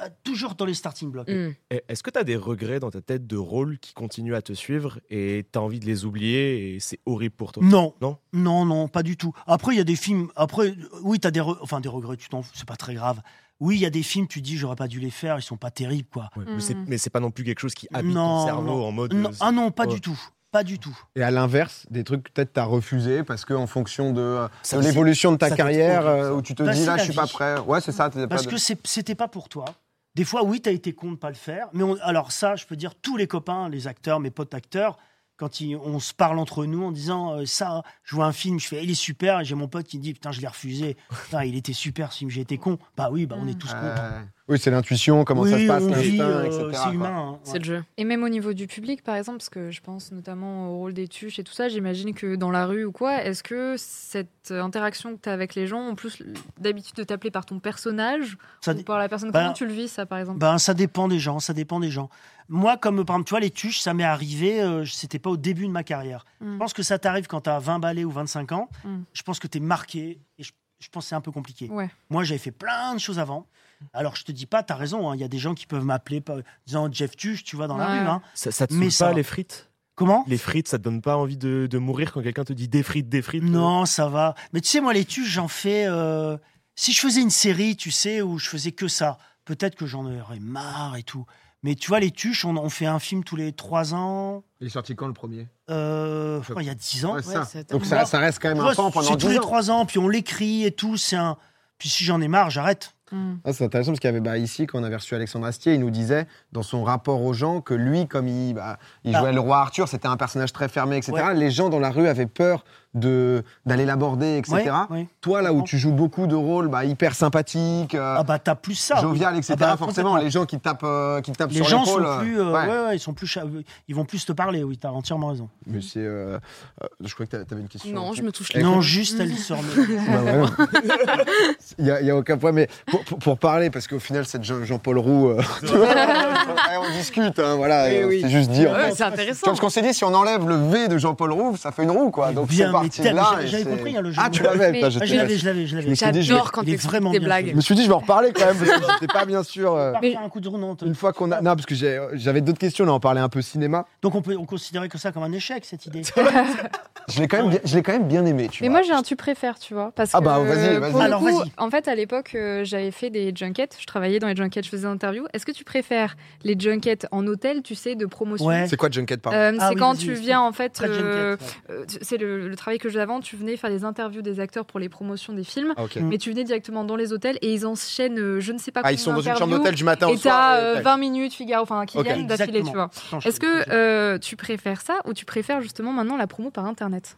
[SPEAKER 2] euh, toujours dans les starting blocks.
[SPEAKER 3] Mm.
[SPEAKER 4] Et Eh, Est-ce que tu as des regrets dans ta tête de rôles qui continuent à te suivre et tu as envie de les oublier et c'est horrible pour toi
[SPEAKER 2] Non.
[SPEAKER 4] Non
[SPEAKER 2] Non, non, pas du tout. Après, il y a des films. Après, euh, oui, t'as des, re- enfin, des regrets, tu t'en fous, c'est pas très grave. Oui, il y a des films, tu dis, j'aurais pas dû les faire, ils sont pas terribles, quoi.
[SPEAKER 4] Ouais, mais c'est-
[SPEAKER 5] Mm.
[SPEAKER 4] Mais c'est pas non plus quelque chose qui habite
[SPEAKER 2] Non,
[SPEAKER 4] ton cerveau
[SPEAKER 2] non.
[SPEAKER 4] en mode.
[SPEAKER 2] Non,
[SPEAKER 4] euh, c'est-
[SPEAKER 2] ah non, pas
[SPEAKER 4] ouais.
[SPEAKER 2] du tout. Pas du tout.
[SPEAKER 1] Et à l'inverse, des trucs que peut-être t'as refusé parce que en fonction de, euh,
[SPEAKER 4] Ça,
[SPEAKER 1] de
[SPEAKER 4] c'est-
[SPEAKER 1] l'évolution de ta
[SPEAKER 4] ça, c'est
[SPEAKER 1] carrière,
[SPEAKER 4] horrible,
[SPEAKER 1] euh,
[SPEAKER 4] ça.
[SPEAKER 1] où tu te
[SPEAKER 2] Bah,
[SPEAKER 1] dis
[SPEAKER 2] c'est
[SPEAKER 1] là,
[SPEAKER 2] la
[SPEAKER 1] je suis pas
[SPEAKER 2] vie.
[SPEAKER 1] prêt. Ouais, c'est ça. t'as
[SPEAKER 2] Parce
[SPEAKER 1] pas
[SPEAKER 2] que
[SPEAKER 1] de-
[SPEAKER 2] c'est- c'était pas pour toi. Des fois, oui, t'as été con de pas le faire. Mais on- alors ça, je peux dire tous les copains, les acteurs, mes potes acteurs, quand ils- on se parle entre nous en disant euh, ça, je vois un film, je fais, il est super. Et j'ai mon pote qui me dit, putain, je l'ai refusé. Putain, il était super, ce film, j'ai été con. Bah oui, bah on est tous cons.
[SPEAKER 1] Ah Ouais. oui, c'est l'intuition, comment ça
[SPEAKER 2] Oui,
[SPEAKER 1] se passe,
[SPEAKER 2] on vit,
[SPEAKER 1] l'instinct,
[SPEAKER 2] euh,
[SPEAKER 1] etc.
[SPEAKER 2] C'est
[SPEAKER 1] quoi.
[SPEAKER 2] humain. hein.
[SPEAKER 3] C'est le jeu.
[SPEAKER 5] Et même au niveau du public, par exemple, parce que je pense notamment au rôle des tuches et tout ça, j'imagine que dans la rue ou quoi, est-ce que cette euh, interaction que tu as avec les gens, en plus d'habitude de t'appeler par ton personnage
[SPEAKER 2] Ça-
[SPEAKER 5] ou par la personne,
[SPEAKER 2] bah,
[SPEAKER 5] comment tu le vis ça, par exemple
[SPEAKER 2] Ben, ça dépend des gens, ça dépend des gens. Moi, comme par exemple, tu vois, les tuches, ça m'est arrivé, euh, c'était pas au début de ma carrière.
[SPEAKER 5] Mm.
[SPEAKER 2] Je pense que ça t'arrive quand t'as 20 balais ou 25 ans.
[SPEAKER 5] Mm.
[SPEAKER 2] Je pense que t'es marqué et je, je pense que c'est un peu compliqué.
[SPEAKER 5] Ouais.
[SPEAKER 2] Moi, j'avais fait plein de choses avant. Alors, je te dis pas, t'as raison, hein, il y a des gens qui peuvent m'appeler pas- disant Jeff Tuche, tu vois, dans
[SPEAKER 5] Ouais.
[SPEAKER 2] la rue. hein.
[SPEAKER 4] Ça, ça te
[SPEAKER 2] Mais
[SPEAKER 4] saoule
[SPEAKER 2] ça
[SPEAKER 4] pas
[SPEAKER 2] va.
[SPEAKER 4] les frites
[SPEAKER 2] Comment
[SPEAKER 4] Les frites, ça te donne pas envie de, de mourir quand quelqu'un te dit des frites, des frites
[SPEAKER 2] Non, ça va. Mais tu sais, moi, les tuches, j'en fais. euh, Si je faisais une série, tu sais, où je faisais que ça, peut-être que j'en aurais marre et tout. Mais tu vois, les tuches, on, on fait un film tous les trois ans.
[SPEAKER 1] Il est sorti quand le premier
[SPEAKER 2] Euh, je crois, il y a 10 ans.
[SPEAKER 1] Ouais, ça.
[SPEAKER 3] c'est-
[SPEAKER 1] Donc ça, ça reste quand
[SPEAKER 2] Tu
[SPEAKER 1] même
[SPEAKER 2] vois,
[SPEAKER 1] un temps pendant
[SPEAKER 2] c'est tous
[SPEAKER 1] 10
[SPEAKER 2] les
[SPEAKER 1] ans.
[SPEAKER 2] trois ans, puis on l'écrit et tout. C'est un. Puis si j'en ai marre, j'arrête.
[SPEAKER 5] Mm.
[SPEAKER 1] Ah, c'est intéressant parce qu'il y avait bah, ici, quand on avait reçu Alexandre Astier, il nous disait dans son rapport aux gens que lui, comme il, bah, il
[SPEAKER 2] Ah.
[SPEAKER 1] jouait le roi Arthur, c'était un personnage très fermé, etc.
[SPEAKER 2] Ouais.
[SPEAKER 1] Les gens dans la rue avaient peur de- d'aller l'aborder, etc.
[SPEAKER 2] Ouais, ouais.
[SPEAKER 1] Toi, là où tu joues beaucoup de rôles bah, hyper sympathiques, euh,
[SPEAKER 2] Ah bah t'as plus ça.
[SPEAKER 1] jovial, etc.
[SPEAKER 2] Ah bah,
[SPEAKER 1] forcément, les gens qui tapent, euh, qui tapent
[SPEAKER 2] Les
[SPEAKER 1] sur
[SPEAKER 2] gens sont
[SPEAKER 1] l'épaule, euh,
[SPEAKER 2] plus, euh,
[SPEAKER 1] ouais.
[SPEAKER 2] ouais, ouais, ils sont plus, cha- ils vont plus te parler. Oui, t'as entièrement raison.
[SPEAKER 1] Mais c'est, euh, euh, je crois que t'avais- t'avais une question.
[SPEAKER 3] Non, je me touche les
[SPEAKER 2] Non,
[SPEAKER 3] couilles.
[SPEAKER 2] juste elle sort. mais-
[SPEAKER 1] Bah ouais. Il n'y a, aucun problème. Mais pour, pour- pour parler, parce qu'au final, c'est Jean- Jean-Paul Roux. euh, tu vois, ouais, on discute, hein, voilà.
[SPEAKER 3] Oui,
[SPEAKER 2] Eh
[SPEAKER 1] euh,
[SPEAKER 3] oui.
[SPEAKER 1] C'est juste dire.
[SPEAKER 3] Ouais, c'est
[SPEAKER 1] Tu vois,
[SPEAKER 3] intéressant.
[SPEAKER 1] Parce qu'on s'est dit, si on enlève le V de Jean-Paul Roux, ça fait une roue, quoi.
[SPEAKER 2] Mais
[SPEAKER 1] Donc
[SPEAKER 2] Eh bien,
[SPEAKER 1] c'est
[SPEAKER 2] mais
[SPEAKER 1] parti de
[SPEAKER 2] t'as-
[SPEAKER 1] là.
[SPEAKER 2] j'avais-
[SPEAKER 1] et
[SPEAKER 2] j'avais
[SPEAKER 1] c'est-
[SPEAKER 2] compris, il y a le jeu.
[SPEAKER 1] Ah, tu l'avais,
[SPEAKER 3] Mais-
[SPEAKER 1] putain, j'étais
[SPEAKER 2] Ah, je
[SPEAKER 1] là.
[SPEAKER 2] l'avais, je l'avais, je l'avais.
[SPEAKER 1] Je me suis dit, je vais-
[SPEAKER 3] J'adore quand
[SPEAKER 2] il est
[SPEAKER 3] t'expliques
[SPEAKER 2] vraiment
[SPEAKER 3] tes
[SPEAKER 2] bien
[SPEAKER 1] je
[SPEAKER 3] blagues.
[SPEAKER 1] me suis dit, je vais en reparler quand même, parce que j'étais pas bien sûr. euh,
[SPEAKER 2] Parfait, un coup de roulante.
[SPEAKER 1] Une fois qu'on a. Non, parce que j'ai- j'avais d'autres questions, là, on parlait un peu cinéma.
[SPEAKER 2] Donc on peut on considérer que ça comme un échec cette idée.
[SPEAKER 1] Je l'ai quand, même bien- je l'ai quand même bien aimé, tu
[SPEAKER 5] Mais
[SPEAKER 1] vois.
[SPEAKER 5] moi j'ai un tu préfères, tu vois. Parce
[SPEAKER 1] Ah
[SPEAKER 5] que
[SPEAKER 1] bah, vas-y,
[SPEAKER 5] euh,
[SPEAKER 1] vas-y.
[SPEAKER 5] pour le
[SPEAKER 2] Alors,
[SPEAKER 5] coup,
[SPEAKER 2] vas-y.
[SPEAKER 5] en fait à l'époque euh, j'avais fait des junkets, je travaillais dans les junkets, je faisais des interviews. Est-ce que tu préfères les junkets en hôtel, tu sais, de promotion
[SPEAKER 2] Ouais.
[SPEAKER 1] C'est quoi Junket, pardon
[SPEAKER 5] Euh,
[SPEAKER 2] Ah
[SPEAKER 5] c'est
[SPEAKER 2] oui,
[SPEAKER 5] quand
[SPEAKER 2] vas-y,
[SPEAKER 5] tu
[SPEAKER 2] explique.
[SPEAKER 5] viens en fait,
[SPEAKER 2] Très
[SPEAKER 5] euh,
[SPEAKER 2] Junket, ouais.
[SPEAKER 5] euh, tu- c'est le, le travail que je faisais avant, tu venais faire des interviews des acteurs pour les promotions des films,
[SPEAKER 1] Ah, ok.
[SPEAKER 2] Mm.
[SPEAKER 5] mais tu venais directement dans les hôtels et ils enchaînent euh, je ne sais pas
[SPEAKER 1] Ah,
[SPEAKER 5] combien
[SPEAKER 1] ils sont dans une chambre
[SPEAKER 5] d'interviews,
[SPEAKER 1] d'hôtel du matin au
[SPEAKER 5] Et
[SPEAKER 1] soir.
[SPEAKER 5] t'as
[SPEAKER 1] et-
[SPEAKER 5] euh, 20 minutes, Figaro, enfin qui
[SPEAKER 1] Ok.
[SPEAKER 5] gagne d'affilée,
[SPEAKER 2] Exactement.
[SPEAKER 5] tu vois.
[SPEAKER 2] Attends, je-
[SPEAKER 5] Est-ce que euh, tu préfères ça ou tu préfères justement maintenant la promo par internet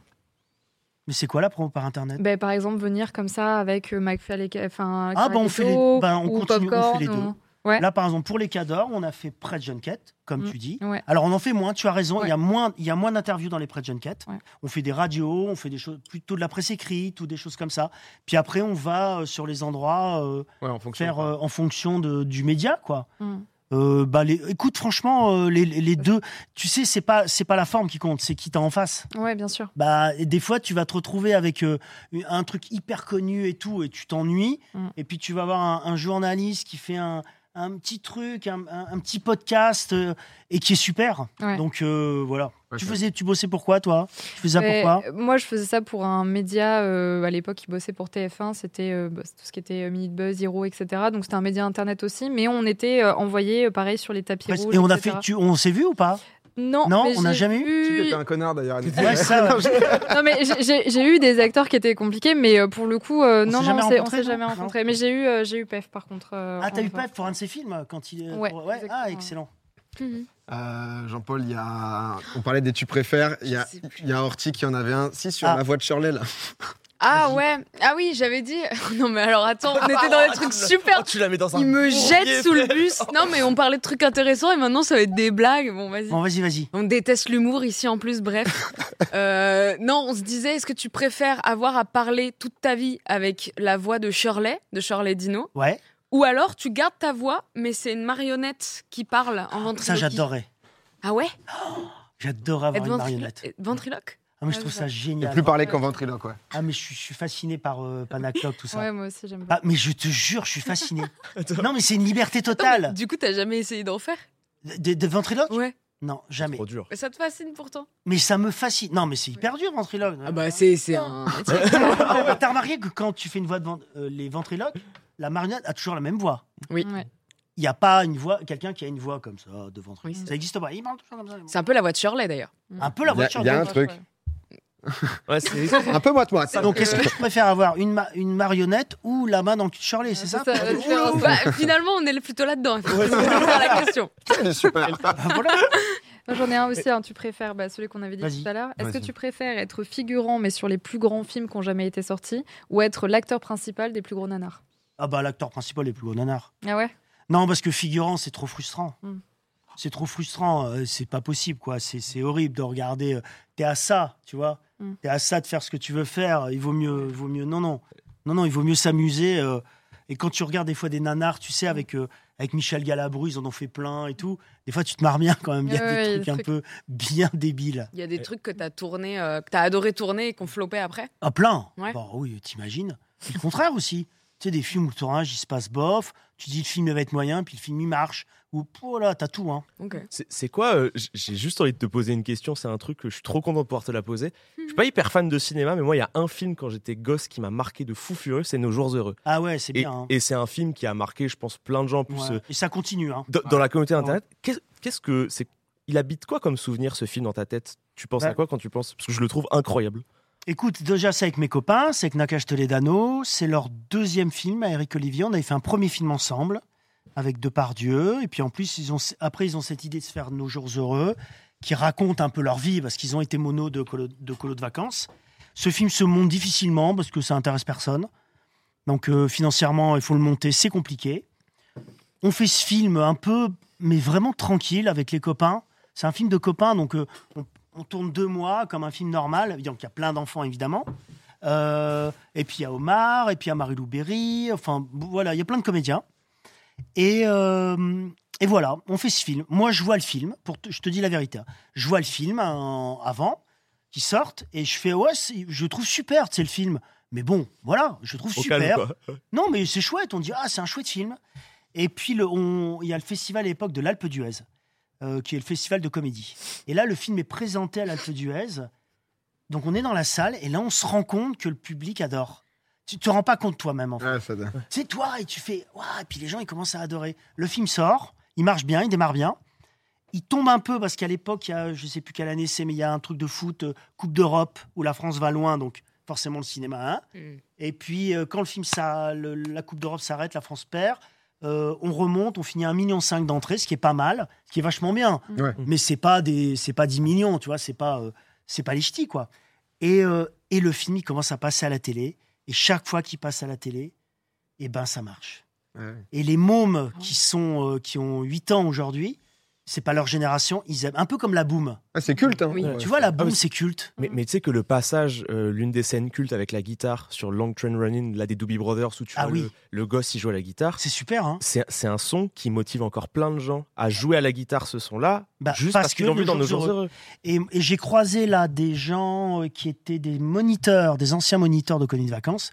[SPEAKER 2] Mais c'est quoi la promo par internet
[SPEAKER 5] ben, Par exemple, venir comme ça avec euh, McFly et Ca- enfin,
[SPEAKER 2] Ah,
[SPEAKER 5] Carlito
[SPEAKER 2] ben, on fait les- ben, on
[SPEAKER 5] ou
[SPEAKER 2] continue, on fait
[SPEAKER 5] Popcorn
[SPEAKER 2] les deux.
[SPEAKER 5] ou- ouais.
[SPEAKER 2] Là par exemple pour les cadors, on a fait près de Junket comme
[SPEAKER 5] Mm.
[SPEAKER 2] tu dis.
[SPEAKER 5] Ouais.
[SPEAKER 2] Alors on en fait moins, tu as raison, il
[SPEAKER 5] Ouais.
[SPEAKER 2] y a moins il y a moins d'interviews dans les pré junket.
[SPEAKER 5] Ouais.
[SPEAKER 2] On fait des radios, on fait des choses plutôt de la presse écrite ou des choses comme ça. Puis après on va euh, sur les endroits euh,
[SPEAKER 1] Ouais, en fonction.
[SPEAKER 2] faire euh, en fonction de- du média quoi.
[SPEAKER 5] Mm.
[SPEAKER 2] Euh, bah les, écoute franchement euh, les, les deux tu sais c'est pas c'est pas la forme qui compte c'est qui t'as en face
[SPEAKER 5] Ouais, bien sûr.
[SPEAKER 2] bah et des fois tu vas te retrouver avec euh, un truc hyper connu et tout et tu t'ennuies
[SPEAKER 5] Mm.
[SPEAKER 2] et puis tu vas avoir un, un journaliste qui fait un, un petit truc un, un- un petit podcast euh, et qui est super
[SPEAKER 5] Ouais.
[SPEAKER 2] donc euh, voilà
[SPEAKER 1] Ouais,
[SPEAKER 2] tu
[SPEAKER 1] c'est-
[SPEAKER 2] faisais tu bossais pour quoi toi tu faisais ça
[SPEAKER 5] Mais,
[SPEAKER 2] pour quoi
[SPEAKER 5] euh, Moi, je faisais ça pour un média euh, à l'époque qui bossait pour TF1. C'était euh, bah, c'est tout ce qui était euh, Minute Buzz, Hero, etc. Donc c'était un média internet aussi, mais on était envoyé pareil sur les tapis
[SPEAKER 2] Presque.
[SPEAKER 5] rouges.
[SPEAKER 2] et on a
[SPEAKER 5] etc..
[SPEAKER 2] fait tu, on s'est vu ou pas
[SPEAKER 5] Non,
[SPEAKER 2] Non,
[SPEAKER 5] mais
[SPEAKER 2] on n'a
[SPEAKER 5] j'ai
[SPEAKER 2] jamais eu
[SPEAKER 1] Tu sais que t'es un connard d'ailleurs. Anne.
[SPEAKER 2] Ouais, ça, ouais.
[SPEAKER 5] non mais j'ai- j'ai j'ai eu des acteurs qui étaient compliqués, mais euh, pour le coup, euh,
[SPEAKER 2] On
[SPEAKER 5] non,
[SPEAKER 2] s'est
[SPEAKER 5] non,
[SPEAKER 2] jamais
[SPEAKER 5] on s'est- on
[SPEAKER 2] rencontrés,
[SPEAKER 5] s'est
[SPEAKER 2] non
[SPEAKER 5] jamais
[SPEAKER 2] Non.
[SPEAKER 5] rencontrés. Mais j'ai eu, euh, j'ai eu PEF par contre. euh,
[SPEAKER 2] ah t'as eu
[SPEAKER 5] encore.
[SPEAKER 2] pas pour un de ses films quand il est-
[SPEAKER 5] Ouais,
[SPEAKER 2] ah
[SPEAKER 5] exactement.
[SPEAKER 2] excellent
[SPEAKER 5] Mhm.
[SPEAKER 1] Euh, Jean-Paul, il y a. On parlait des tu préfères. Il y a,
[SPEAKER 3] Je sais plus.
[SPEAKER 1] il y a Horty qui en avait un. Si, sur
[SPEAKER 2] Ah.
[SPEAKER 1] la voix de Shirley, là.
[SPEAKER 3] Ah ouais. Ah oui, j'avais dit. Non mais alors attends, on était dans des trucs super.
[SPEAKER 4] Oh, tu la mets dans un.
[SPEAKER 3] Il me
[SPEAKER 4] bourbier,
[SPEAKER 3] jette sous le
[SPEAKER 4] frère.
[SPEAKER 3] bus. Non mais on parlait de trucs intéressants et maintenant ça va être des blagues. Bon vas-y.
[SPEAKER 2] bon vas-y vas-y
[SPEAKER 3] On déteste l'humour ici en plus, bref. Euh, non, on se disait, est-ce que tu préfères avoir à parler toute ta vie avec la voix de Shirley, de Shirley Dino,
[SPEAKER 2] ouais
[SPEAKER 3] ou alors tu gardes ta voix, mais c'est une marionnette qui
[SPEAKER 2] Ah,
[SPEAKER 3] parle en ventriloque
[SPEAKER 2] ça j'adorais
[SPEAKER 3] Ah ouais
[SPEAKER 2] J'adorais avoir
[SPEAKER 3] Être
[SPEAKER 2] une
[SPEAKER 3] ventrilo-
[SPEAKER 2] marionnette.
[SPEAKER 3] être ventriloque
[SPEAKER 2] Un Non, mais je
[SPEAKER 5] Ouais,
[SPEAKER 2] trouve
[SPEAKER 5] c'est
[SPEAKER 2] ça
[SPEAKER 5] ça.
[SPEAKER 1] Et
[SPEAKER 2] génial.
[SPEAKER 1] plus parler qu'en ventriloque, ouais.
[SPEAKER 2] Ah, mais je suis, je suis fasciné par euh, Panaclock, tout ça.
[SPEAKER 5] Ouais, moi aussi, j'aime pas.
[SPEAKER 2] Ah, mais je te jure, je suis fasciné.
[SPEAKER 4] Attends.
[SPEAKER 2] non, mais c'est une liberté
[SPEAKER 3] Attends,
[SPEAKER 2] totale.
[SPEAKER 3] mais Du coup, t'as jamais essayé d'en faire
[SPEAKER 2] Des de ventriloques
[SPEAKER 3] Ouais.
[SPEAKER 2] Non, jamais.
[SPEAKER 4] Trop dur.
[SPEAKER 3] Mais ça te fascine pourtant.
[SPEAKER 2] Mais ça me fascine. Non, mais c'est hyper dur, ventriloque.
[SPEAKER 3] Ah bah c'est c'est un.
[SPEAKER 2] Ah, T'as remarqué que quand tu fais une voix de vent- euh, les ventriloques, la marionnette a toujours la même voix.
[SPEAKER 3] Oui.
[SPEAKER 5] Ouais.
[SPEAKER 2] Il n'y a pas une voix, quelqu'un qui a une voix comme ça de ventriloque.
[SPEAKER 3] Oui, c'est-
[SPEAKER 2] ça n'existe pas. Il parle toujours comme ça. les
[SPEAKER 3] C'est un peu la voix de Shirley d'ailleurs.
[SPEAKER 2] mots. Un peu la
[SPEAKER 1] Il y a-
[SPEAKER 2] voiture.
[SPEAKER 1] il y a
[SPEAKER 2] de-
[SPEAKER 1] un truc.
[SPEAKER 4] Ouais, c'est.
[SPEAKER 1] Un peu moite-moite.
[SPEAKER 2] Donc, est-ce que je préfère avoir une, ma- une marionnette ou la main dans le cul de Shirley Ah, C'est ça,
[SPEAKER 5] la différence.
[SPEAKER 3] Bah, finalement, on est plutôt là-dedans. C'est la question.
[SPEAKER 1] Elle est super.
[SPEAKER 2] Ah, Voilà.
[SPEAKER 5] Non, J'en ai un aussi, hein, tu préfères bah, celui qu'on avait dit
[SPEAKER 2] Vas-y.
[SPEAKER 5] tout à l'heure. Est-ce que
[SPEAKER 1] Vas-y.
[SPEAKER 5] tu préfères être figurant mais sur les plus grands films qui ont jamais été sortis ou être l'acteur principal des plus gros nanars
[SPEAKER 2] Ah bah l'acteur principal est plus gros nanar.
[SPEAKER 5] Ah ouais
[SPEAKER 2] Non, parce que figurant, c'est trop frustrant.
[SPEAKER 5] Mm.
[SPEAKER 2] C'est trop frustrant, euh, c'est pas possible, quoi. C'est c'est horrible de regarder. euh, T'es à ça, tu vois.
[SPEAKER 5] Mm.
[SPEAKER 2] T'es à ça de faire ce que tu veux faire. Il vaut mieux, il vaut mieux. Non, non, non, non. Il vaut mieux s'amuser. euh, et quand tu regardes des fois des nanars, tu sais, avec euh, avec Michel Galabru, ils en ont fait plein et tout. Des fois, tu te marres bien quand même. Il y a
[SPEAKER 5] Ouais, ouais, il
[SPEAKER 2] des
[SPEAKER 5] y a
[SPEAKER 2] trucs
[SPEAKER 5] des
[SPEAKER 2] un
[SPEAKER 5] trucs.
[SPEAKER 2] peu bien débiles.
[SPEAKER 3] Il y a des trucs que t'as tourné, euh, que t'as adoré tourner et qu'on flopait après.
[SPEAKER 2] Ah, plein.
[SPEAKER 3] Ouais.
[SPEAKER 2] Bon, oui, t'imagines. Puis le contraire aussi. Tu sais, des films où le tournage, il se passe bof. Tu dis le film il va être moyen, puis le film il marche. Ou, oh là, t'as tout, hein.
[SPEAKER 3] Ok.
[SPEAKER 4] C'est c'est quoi euh, j- J'ai juste envie de te poser une question. C'est un truc que je suis trop content de pouvoir te la poser. Je suis pas hyper fan de cinéma, mais moi, il y a un film quand j'étais gosse qui m'a marqué de fou furieux, c'est Nos Jours Heureux.
[SPEAKER 2] Ah ouais, c'est
[SPEAKER 4] Et,
[SPEAKER 2] bien. hein.
[SPEAKER 4] et c'est un film qui a marqué, je pense, plein de gens en plus
[SPEAKER 2] Ouais.
[SPEAKER 4] euh,
[SPEAKER 2] Et ça continue. Hein.
[SPEAKER 4] dans, dans la communauté internet. Qu'est- Qu'est-ce que c'est Il habite quoi comme souvenir ce film dans ta tête Tu penses à
[SPEAKER 2] Bah.
[SPEAKER 4] quoi quand tu penses Parce que je le trouve incroyable.
[SPEAKER 2] Écoute, déjà, c'est avec mes copains, c'est avec Nakash Toledano. C'est leur deuxième film à Eric Olivier. On avait fait un premier film ensemble avec Depardieu. Et puis en plus, ils ont, après, ils ont cette idée de se faire Nos Jours Heureux, qui raconte un peu leur vie, parce qu'ils ont été monos de colo de, colo de vacances. Ce film se monte difficilement, parce que ça intéresse personne. Donc euh, financièrement, il faut le monter, c'est compliqué. On fait ce film un peu, mais vraiment tranquille, avec les copains. C'est un film de copains, donc euh, on, on tourne deux mois comme un film normal. Donc il y a plein d'enfants, évidemment. Euh, et puis il y a Omar, et puis il y a Marie-Lou Berry. Enfin, b- voilà, il y a plein de comédiens. Et, euh, et voilà, on fait ce film. Moi, je vois le film, pour te- je te dis la vérité. hein. Je vois le film en- avant, qui sortent, et je fais, ouais, c'est- je trouve super, c'est le film. Mais bon, voilà, je trouve
[SPEAKER 4] Au
[SPEAKER 2] super.
[SPEAKER 4] calme, quoi.
[SPEAKER 2] Non, mais c'est chouette. On dit, ah, c'est un chouette film. Et puis, le- on- il y a le festival à l'époque de l'Alpe d'Huez, euh, qui est le festival de comédie. Et là, le film est présenté à l'Alpe d'Huez. Donc, on est dans la salle et là, on se rend compte que le public adore. Tu te rends pas compte toi-même, en fait.
[SPEAKER 1] Ouais, ça donne.
[SPEAKER 2] C'est toi et tu fais, Ouah et puis les gens, ils commencent à adorer. Le film sort, il marche bien, il démarre bien. Il tombe un peu parce qu'à l'époque, il y a, je sais plus quelle année c'est, mais il y a un truc de foot, euh, Coupe d'Europe, où la France va loin, donc forcément le cinéma a un. Et puis, euh, quand le film, ça, le- la Coupe d'Europe s'arrête, la France perd, euh, on remonte, on finit à 1,5 million d'entrées, ce qui est pas mal, ce qui est vachement bien.
[SPEAKER 1] Ouais.
[SPEAKER 2] Mais c'est pas des, c'est pas 10 millions, tu vois, c'est pas, euh, c'est pas les ch'tis, quoi. Et, euh, et le film, il commence à passer à la télé. Et chaque fois qu'il passe à la télé, eh ben, ça marche.
[SPEAKER 1] Ouais.
[SPEAKER 2] Et les mômes
[SPEAKER 4] Ah.
[SPEAKER 2] qui, sont, euh, qui ont 8 ans aujourd'hui, c'est pas leur génération, ils aiment. Un peu comme la boom.
[SPEAKER 1] Ah, c'est culte, hein.
[SPEAKER 3] Oui.
[SPEAKER 1] Ouais.
[SPEAKER 2] Tu vois, la boom,
[SPEAKER 4] mais-
[SPEAKER 2] c'est culte.
[SPEAKER 4] Mais, mais tu sais que le passage, euh, l'une des scènes cultes avec la guitare sur Long Train Running, là des Doobie Brothers, où tu
[SPEAKER 2] Ah
[SPEAKER 4] vois
[SPEAKER 2] oui.
[SPEAKER 4] le, le gosse qui joue à la guitare,
[SPEAKER 2] C'est super, hein
[SPEAKER 4] c'est c'est un son qui motive encore plein de gens à jouer à la guitare ce son-là,
[SPEAKER 2] Bah,
[SPEAKER 4] juste
[SPEAKER 2] parce
[SPEAKER 4] parce, qu'ils
[SPEAKER 2] que
[SPEAKER 4] l'ont vu
[SPEAKER 2] Nos
[SPEAKER 4] dans nos
[SPEAKER 2] Jours
[SPEAKER 4] jours heureux.
[SPEAKER 2] Et, et j'ai croisé là des gens euh, qui étaient des moniteurs, des anciens moniteurs de colonies de vacances,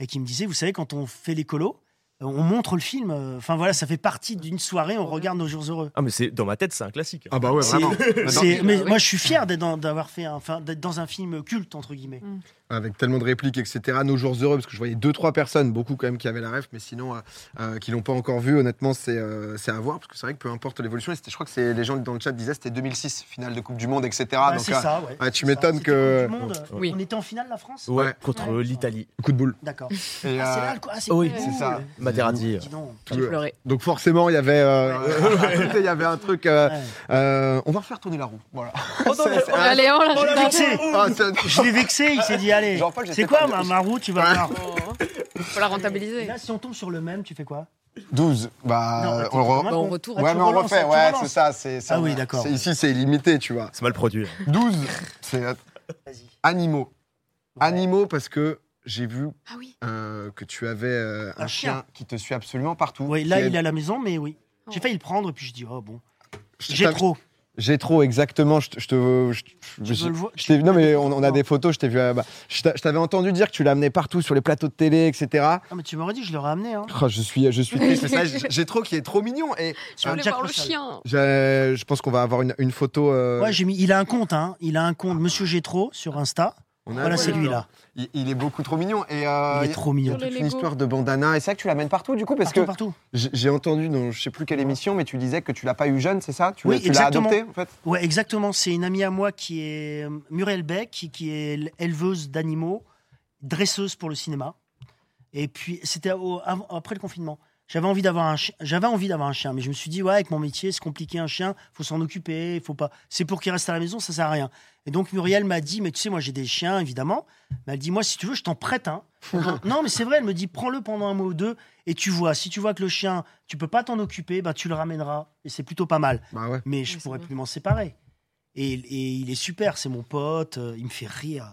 [SPEAKER 2] et qui me disaient, vous savez, quand on fait les colos, euh, on montre le film. euh, Enfin voilà, ça fait partie d'une soirée, on regarde nos jours heureux.
[SPEAKER 4] Ah mais c'est dans ma tête, c'est un classique. hein.
[SPEAKER 1] Ah, bah ouais,
[SPEAKER 2] C'est-
[SPEAKER 1] vraiment.
[SPEAKER 2] C'est-
[SPEAKER 3] bah
[SPEAKER 2] mais
[SPEAKER 3] oui.
[SPEAKER 2] moi, je suis fier d'être dans- d'avoir fait, un- enfin, d'être dans un film culte entre guillemets.
[SPEAKER 1] avec tellement de répliques, etc. Nos jours heureux, parce que je voyais deux, trois personnes, beaucoup quand même qui avaient la ref, mais sinon euh, euh, qui l'ont pas encore vu, honnêtement, c'est euh, c'est à voir, parce que c'est vrai que peu importe l'évolution, et c'était- je crois que c'est les gens dans le chat disaient c'était 2006, finale de Coupe du Monde, etc.
[SPEAKER 2] Ouais,
[SPEAKER 1] donc
[SPEAKER 2] Bah, c'est
[SPEAKER 1] euh,
[SPEAKER 2] ça, ouais.
[SPEAKER 1] ah, tu
[SPEAKER 2] C'est
[SPEAKER 1] m'étonnes
[SPEAKER 2] ça.
[SPEAKER 1] que-
[SPEAKER 2] C'était Coupe du Monde.
[SPEAKER 4] Ouais.
[SPEAKER 3] Oui.
[SPEAKER 2] On était en finale, la France.
[SPEAKER 4] Ouais,
[SPEAKER 1] Ouais.
[SPEAKER 4] contre
[SPEAKER 2] Ouais.
[SPEAKER 4] l'Italie.
[SPEAKER 1] coup de boule.
[SPEAKER 2] D'accord.
[SPEAKER 1] Et,
[SPEAKER 2] Ah, c'est
[SPEAKER 1] euh,
[SPEAKER 2] là le coup- ah, c'est
[SPEAKER 4] oui,
[SPEAKER 2] cool.
[SPEAKER 1] c'est ça.
[SPEAKER 4] Materazzi.
[SPEAKER 2] Dis donc.
[SPEAKER 3] J'ai pleuré.
[SPEAKER 1] donc forcément, il y avait, euh, à côté, il y avait un truc. euh,
[SPEAKER 2] Ouais.
[SPEAKER 1] euh, on va refaire tourner la roue. Voilà.
[SPEAKER 2] Oh
[SPEAKER 1] C'est-
[SPEAKER 3] Oh
[SPEAKER 1] c'est-
[SPEAKER 5] Allez, on
[SPEAKER 2] Je l'ai
[SPEAKER 5] l'a
[SPEAKER 2] vexé.
[SPEAKER 1] ah, c'est-
[SPEAKER 2] Je l'ai vexé. Il s'est dit, allez.
[SPEAKER 1] Jean-Paul, j'étais
[SPEAKER 2] C'est quoi,
[SPEAKER 1] pas-
[SPEAKER 2] ma, ma roue, Tu vas voir.
[SPEAKER 3] Oh, Faut la rentabiliser.
[SPEAKER 2] Et Là, si on tombe sur le même, tu fais quoi
[SPEAKER 1] 12.
[SPEAKER 2] Non,
[SPEAKER 1] Bah,
[SPEAKER 2] attends,
[SPEAKER 1] on le re-
[SPEAKER 2] comment-
[SPEAKER 3] Bah, on retourne.
[SPEAKER 2] Ah,
[SPEAKER 1] Ouais,
[SPEAKER 2] tu
[SPEAKER 1] mais on
[SPEAKER 2] relances,
[SPEAKER 1] refait.
[SPEAKER 2] tu
[SPEAKER 1] Ouais,
[SPEAKER 2] relances.
[SPEAKER 1] c'est ça. c'est- c'est-
[SPEAKER 2] Ah oui, d'accord.
[SPEAKER 1] c'est- Ici, c'est illimité, tu vois.
[SPEAKER 4] C'est mal produit.
[SPEAKER 1] 12, c'est euh,
[SPEAKER 2] Vas-y.
[SPEAKER 1] animaux.
[SPEAKER 2] Ouais.
[SPEAKER 1] Animaux parce que j'ai vu
[SPEAKER 3] Ah oui.
[SPEAKER 1] euh, que tu avais euh, un,
[SPEAKER 2] Un
[SPEAKER 1] chien.
[SPEAKER 2] chien.
[SPEAKER 1] qui te suit absolument partout.
[SPEAKER 2] Oui, là,
[SPEAKER 1] Qui est-
[SPEAKER 2] il est à la maison, mais oui. J'ai failli le prendre, et puis je dis, oh bon,
[SPEAKER 1] Je
[SPEAKER 2] j'ai
[SPEAKER 1] t'av-
[SPEAKER 2] trop.
[SPEAKER 1] J'ai trop, exactement. Je te. Je, te- je- je-
[SPEAKER 2] Tu veux le voir-
[SPEAKER 1] je t'ai- non, mais on, on a
[SPEAKER 2] Non.
[SPEAKER 1] des photos. Je t'ai vu. euh, bah, je t'a- je t'avais entendu dire que tu l'amenais partout sur les plateaux de télé, etc.
[SPEAKER 2] Ah, mais tu m'aurais dit, je l'aurais amené. Hein.
[SPEAKER 1] Oh, je suis, je suis triste. mais ça, j'ai j'ai trop qui est trop mignon. Et
[SPEAKER 3] Je voulais
[SPEAKER 2] Un Jack
[SPEAKER 3] voir le
[SPEAKER 2] Russell.
[SPEAKER 3] chien.
[SPEAKER 1] j'ai- je pense qu'on va avoir une, une photo. euh,
[SPEAKER 2] Ouais, j'ai mis. Il a un compte, hein. Il a un compte, Monsieur Gétro, sur Insta.
[SPEAKER 1] on a-
[SPEAKER 2] Voilà, c'est lui, là.
[SPEAKER 1] Il, il est beaucoup trop mignon. Et euh,
[SPEAKER 2] Il est trop mignon.
[SPEAKER 1] toute une
[SPEAKER 3] Lego.
[SPEAKER 1] histoire de bandana. Et c'est ça que tu l'amènes partout, du coup, parce
[SPEAKER 2] Partout,
[SPEAKER 1] que
[SPEAKER 2] partout.
[SPEAKER 1] j- j'ai entendu dans je sais plus quelle émission, mais tu disais que tu l'as pas eu jeune, c'est ça Tu,
[SPEAKER 2] Oui,
[SPEAKER 1] tu l'as
[SPEAKER 2] exactement.
[SPEAKER 1] adopté, en fait
[SPEAKER 2] Ouais, exactement. C'est une amie à moi qui est euh, Muriel Beck, qui, qui est l- éleveuse d'animaux, dresseuse pour le cinéma. Et puis, c'était au- av- après le confinement. J'avais envie d'avoir un chien. J'avais envie d'avoir un chien, mais je me suis dit ouais, avec mon métier, c'est compliqué un chien. Faut s'en occuper. Faut pas. C'est pour qu'il reste à la maison, ça sert à rien. Et donc Muriel m'a dit, mais tu sais, moi j'ai des chiens évidemment. Mais elle dit, moi si tu veux, je t'en prête un. non, mais c'est vrai. Elle me dit, prends-le pendant un mois ou deux et tu vois. Si tu vois que le chien, tu peux pas t'en occuper, bah tu le ramèneras. Et c'est plutôt pas mal
[SPEAKER 1] Bah ouais.
[SPEAKER 2] mais je
[SPEAKER 3] Ouais, c'est
[SPEAKER 2] pourrais
[SPEAKER 3] vrai.
[SPEAKER 2] plus m'en séparer. Et, et il est super, c'est mon pote, euh, il me fait rire.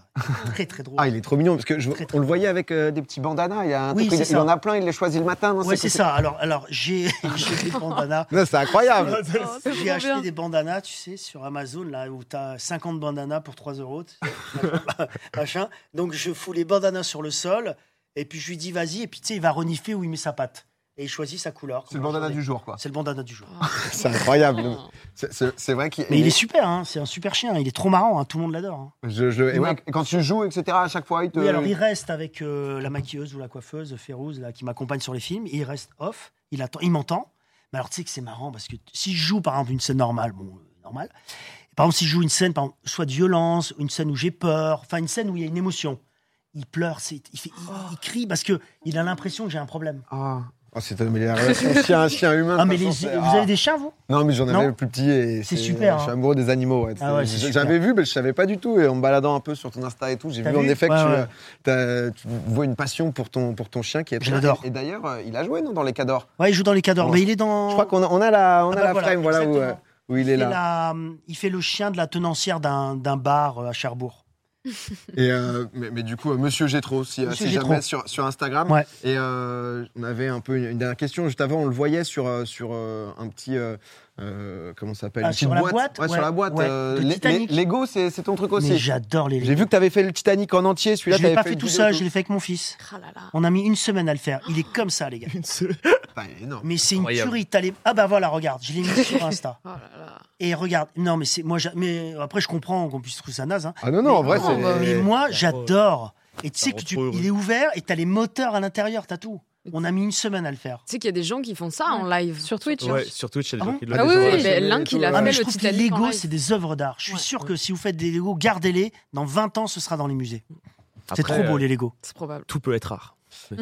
[SPEAKER 2] très très drôle.
[SPEAKER 1] Ah, il est trop mignon parce que je-
[SPEAKER 2] Très, très
[SPEAKER 1] on le voyait avec euh, des petits bandanas. Il, y a un
[SPEAKER 2] Oui,
[SPEAKER 1] truc, il-
[SPEAKER 2] c'est
[SPEAKER 1] il
[SPEAKER 2] ça.
[SPEAKER 1] en a plein, il les choisit le matin. non,
[SPEAKER 2] ouais, c'est ça. Alors, alors j'ai j'ai des bandanas.
[SPEAKER 1] Non, c'est incroyable.
[SPEAKER 3] Oh, c'est
[SPEAKER 2] J'ai
[SPEAKER 3] trop
[SPEAKER 2] acheté
[SPEAKER 3] bien.
[SPEAKER 2] des bandanas, tu sais, sur Amazon, là, où tu as 50 bandanas pour 3 euros. tu sais, machin. Donc, je fous les bandanas sur le sol, et puis je lui dis, vas-y, et puis tu sais, il va renifler où il met sa patte. Et il choisit sa couleur.
[SPEAKER 1] C'est le bandana du jour, quoi.
[SPEAKER 2] C'est le bandana du jour.
[SPEAKER 1] C'est incroyable.
[SPEAKER 3] Oh.
[SPEAKER 1] C'est- C'est c'est vrai qu'il.
[SPEAKER 2] Mais il est super, hein, c'est un super chien, il est trop marrant, hein, tout le monde l'adore. hein.
[SPEAKER 1] Je, je- et
[SPEAKER 2] Ouais.
[SPEAKER 1] ouais, quand tu joues, etc., à chaque fois, il te.
[SPEAKER 2] Oui, alors il reste avec euh, la maquilleuse ou la coiffeuse, Férouz, là, qui m'accompagne sur les films. Et il reste off, il attend, il m'entend. Mais alors tu sais que c'est marrant parce que t- si je joue par exemple une scène normale, bon, euh, normale. Par exemple, si je joue une scène, par exemple, soit de violence, une scène où j'ai peur, enfin une scène où il y a une émotion, il pleure, c'est- il, fait- il- il crie parce que il a l'impression que j'ai un problème.
[SPEAKER 1] Ah, Ah, c'est mais la relation chien, chien humain.
[SPEAKER 2] Ah,
[SPEAKER 1] de
[SPEAKER 2] mais
[SPEAKER 1] toute
[SPEAKER 2] les-
[SPEAKER 1] façon, c'est-
[SPEAKER 2] vous
[SPEAKER 1] ah.
[SPEAKER 2] avez des chiens, vous
[SPEAKER 1] Non, mais j'en
[SPEAKER 2] Non.
[SPEAKER 1] avais le plus petit et
[SPEAKER 2] C'est super,
[SPEAKER 1] Je suis
[SPEAKER 2] hein.
[SPEAKER 1] amoureux des animaux. ouais.
[SPEAKER 2] Ah ouais, c'est
[SPEAKER 1] J-
[SPEAKER 2] super.
[SPEAKER 1] J'avais vu, mais je savais pas du tout. Et en me baladant un peu sur ton Insta et tout, j'ai
[SPEAKER 2] T'as
[SPEAKER 1] vu en
[SPEAKER 2] vu
[SPEAKER 1] effet que
[SPEAKER 2] Ouais,
[SPEAKER 1] tu,
[SPEAKER 2] ouais.
[SPEAKER 1] euh, t'as- tu vois une passion pour ton pour ton chien qui est.
[SPEAKER 2] Je l'adore.
[SPEAKER 1] Et, et d'ailleurs, euh, il a joué non dans les cadors.
[SPEAKER 2] Ouais, il joue dans les cadors,
[SPEAKER 1] Bon.
[SPEAKER 2] mais il est dans.
[SPEAKER 1] Je crois qu'on a, on a la on
[SPEAKER 2] Ah
[SPEAKER 1] a
[SPEAKER 2] bah
[SPEAKER 1] la
[SPEAKER 2] voilà,
[SPEAKER 1] frame voilà où, euh,
[SPEAKER 2] exactement.
[SPEAKER 1] où il est
[SPEAKER 2] Il,
[SPEAKER 1] là.
[SPEAKER 2] fait la- il fait le chien de la tenancière d'un d'un bar euh, à Cherbourg.
[SPEAKER 1] Et euh, mais, mais du coup, euh, Monsieur Gétro, si, euh,
[SPEAKER 2] Monsieur
[SPEAKER 1] si
[SPEAKER 2] Gétro.
[SPEAKER 1] jamais sur, sur Instagram.
[SPEAKER 2] Ouais.
[SPEAKER 1] Et euh, on avait un peu une, une dernière question. Juste avant, on le voyait sur, euh, sur euh, un petit. euh, euh, comment ça s'appelle
[SPEAKER 2] Ah,
[SPEAKER 1] Une
[SPEAKER 2] sur
[SPEAKER 1] petite
[SPEAKER 2] la boîte
[SPEAKER 1] Ouais,
[SPEAKER 2] Ouais,
[SPEAKER 1] Sur la boîte. euh,
[SPEAKER 2] ouais, de
[SPEAKER 1] les-
[SPEAKER 2] Titanic.
[SPEAKER 1] les- Lego, c'est c'est ton truc
[SPEAKER 2] Mais
[SPEAKER 1] aussi.
[SPEAKER 2] j'adore les.
[SPEAKER 1] J'ai vu que tu avais fait le Titanic en entier.
[SPEAKER 2] Je
[SPEAKER 1] Celui-là,
[SPEAKER 2] l'ai
[SPEAKER 1] t'avais
[SPEAKER 2] pas fait
[SPEAKER 1] une
[SPEAKER 2] tout
[SPEAKER 1] vidéo
[SPEAKER 2] seul,
[SPEAKER 1] et
[SPEAKER 2] je l'ai fait avec mon fils.
[SPEAKER 3] Ah là là.
[SPEAKER 2] On a mis une semaine à le faire. Il est comme ça, les gars.
[SPEAKER 4] Une seule.
[SPEAKER 2] Ah,
[SPEAKER 1] Putain, il est énorme.
[SPEAKER 2] Mais c'est une
[SPEAKER 4] Incroyable.
[SPEAKER 2] tuerie. T'as les- Ah bah voilà, regarde, je l'ai mis sur Insta.
[SPEAKER 3] Oh là là.
[SPEAKER 2] Et regarde, non mais c'est moi, j'a- mais après je comprends qu'on puisse trouver ça naze. hein.
[SPEAKER 1] Ah non, non, en vrai,
[SPEAKER 3] non,
[SPEAKER 1] c'est.
[SPEAKER 3] bah,
[SPEAKER 2] Mais moi,
[SPEAKER 4] Ça
[SPEAKER 2] j'adore. Et tu sais
[SPEAKER 4] ça
[SPEAKER 2] que
[SPEAKER 4] rend
[SPEAKER 2] tu,
[SPEAKER 4] trop heureux.
[SPEAKER 2] il est ouvert et t'as les moteurs à l'intérieur, t'as tout. On a mis une semaine à le faire.
[SPEAKER 3] Tu sais qu'il y a des gens qui font ça en live.
[SPEAKER 5] Sur Twitch. hein.
[SPEAKER 4] Ouais, sur Twitch, il y
[SPEAKER 2] Ah
[SPEAKER 4] a des gens
[SPEAKER 2] bon
[SPEAKER 4] qui
[SPEAKER 3] Ah
[SPEAKER 4] l'ont
[SPEAKER 3] oui,
[SPEAKER 4] déjà
[SPEAKER 3] oui,
[SPEAKER 4] fait.
[SPEAKER 3] mais l'un qui l'a
[SPEAKER 2] Ah mais
[SPEAKER 3] fait,
[SPEAKER 2] je
[SPEAKER 3] le
[SPEAKER 2] trouve que les
[SPEAKER 3] Titanic en
[SPEAKER 2] Lego,
[SPEAKER 3] live.
[SPEAKER 2] c'est des œuvres d'art. Je suis
[SPEAKER 3] Ouais.
[SPEAKER 2] sûr que si vous faites des Lego, gardez-les. Dans 20 ans, ce sera dans les musées. C'est
[SPEAKER 4] Après,
[SPEAKER 2] trop beau
[SPEAKER 4] euh,
[SPEAKER 2] les Lego.
[SPEAKER 3] C'est probable.
[SPEAKER 4] Tout peut être rare.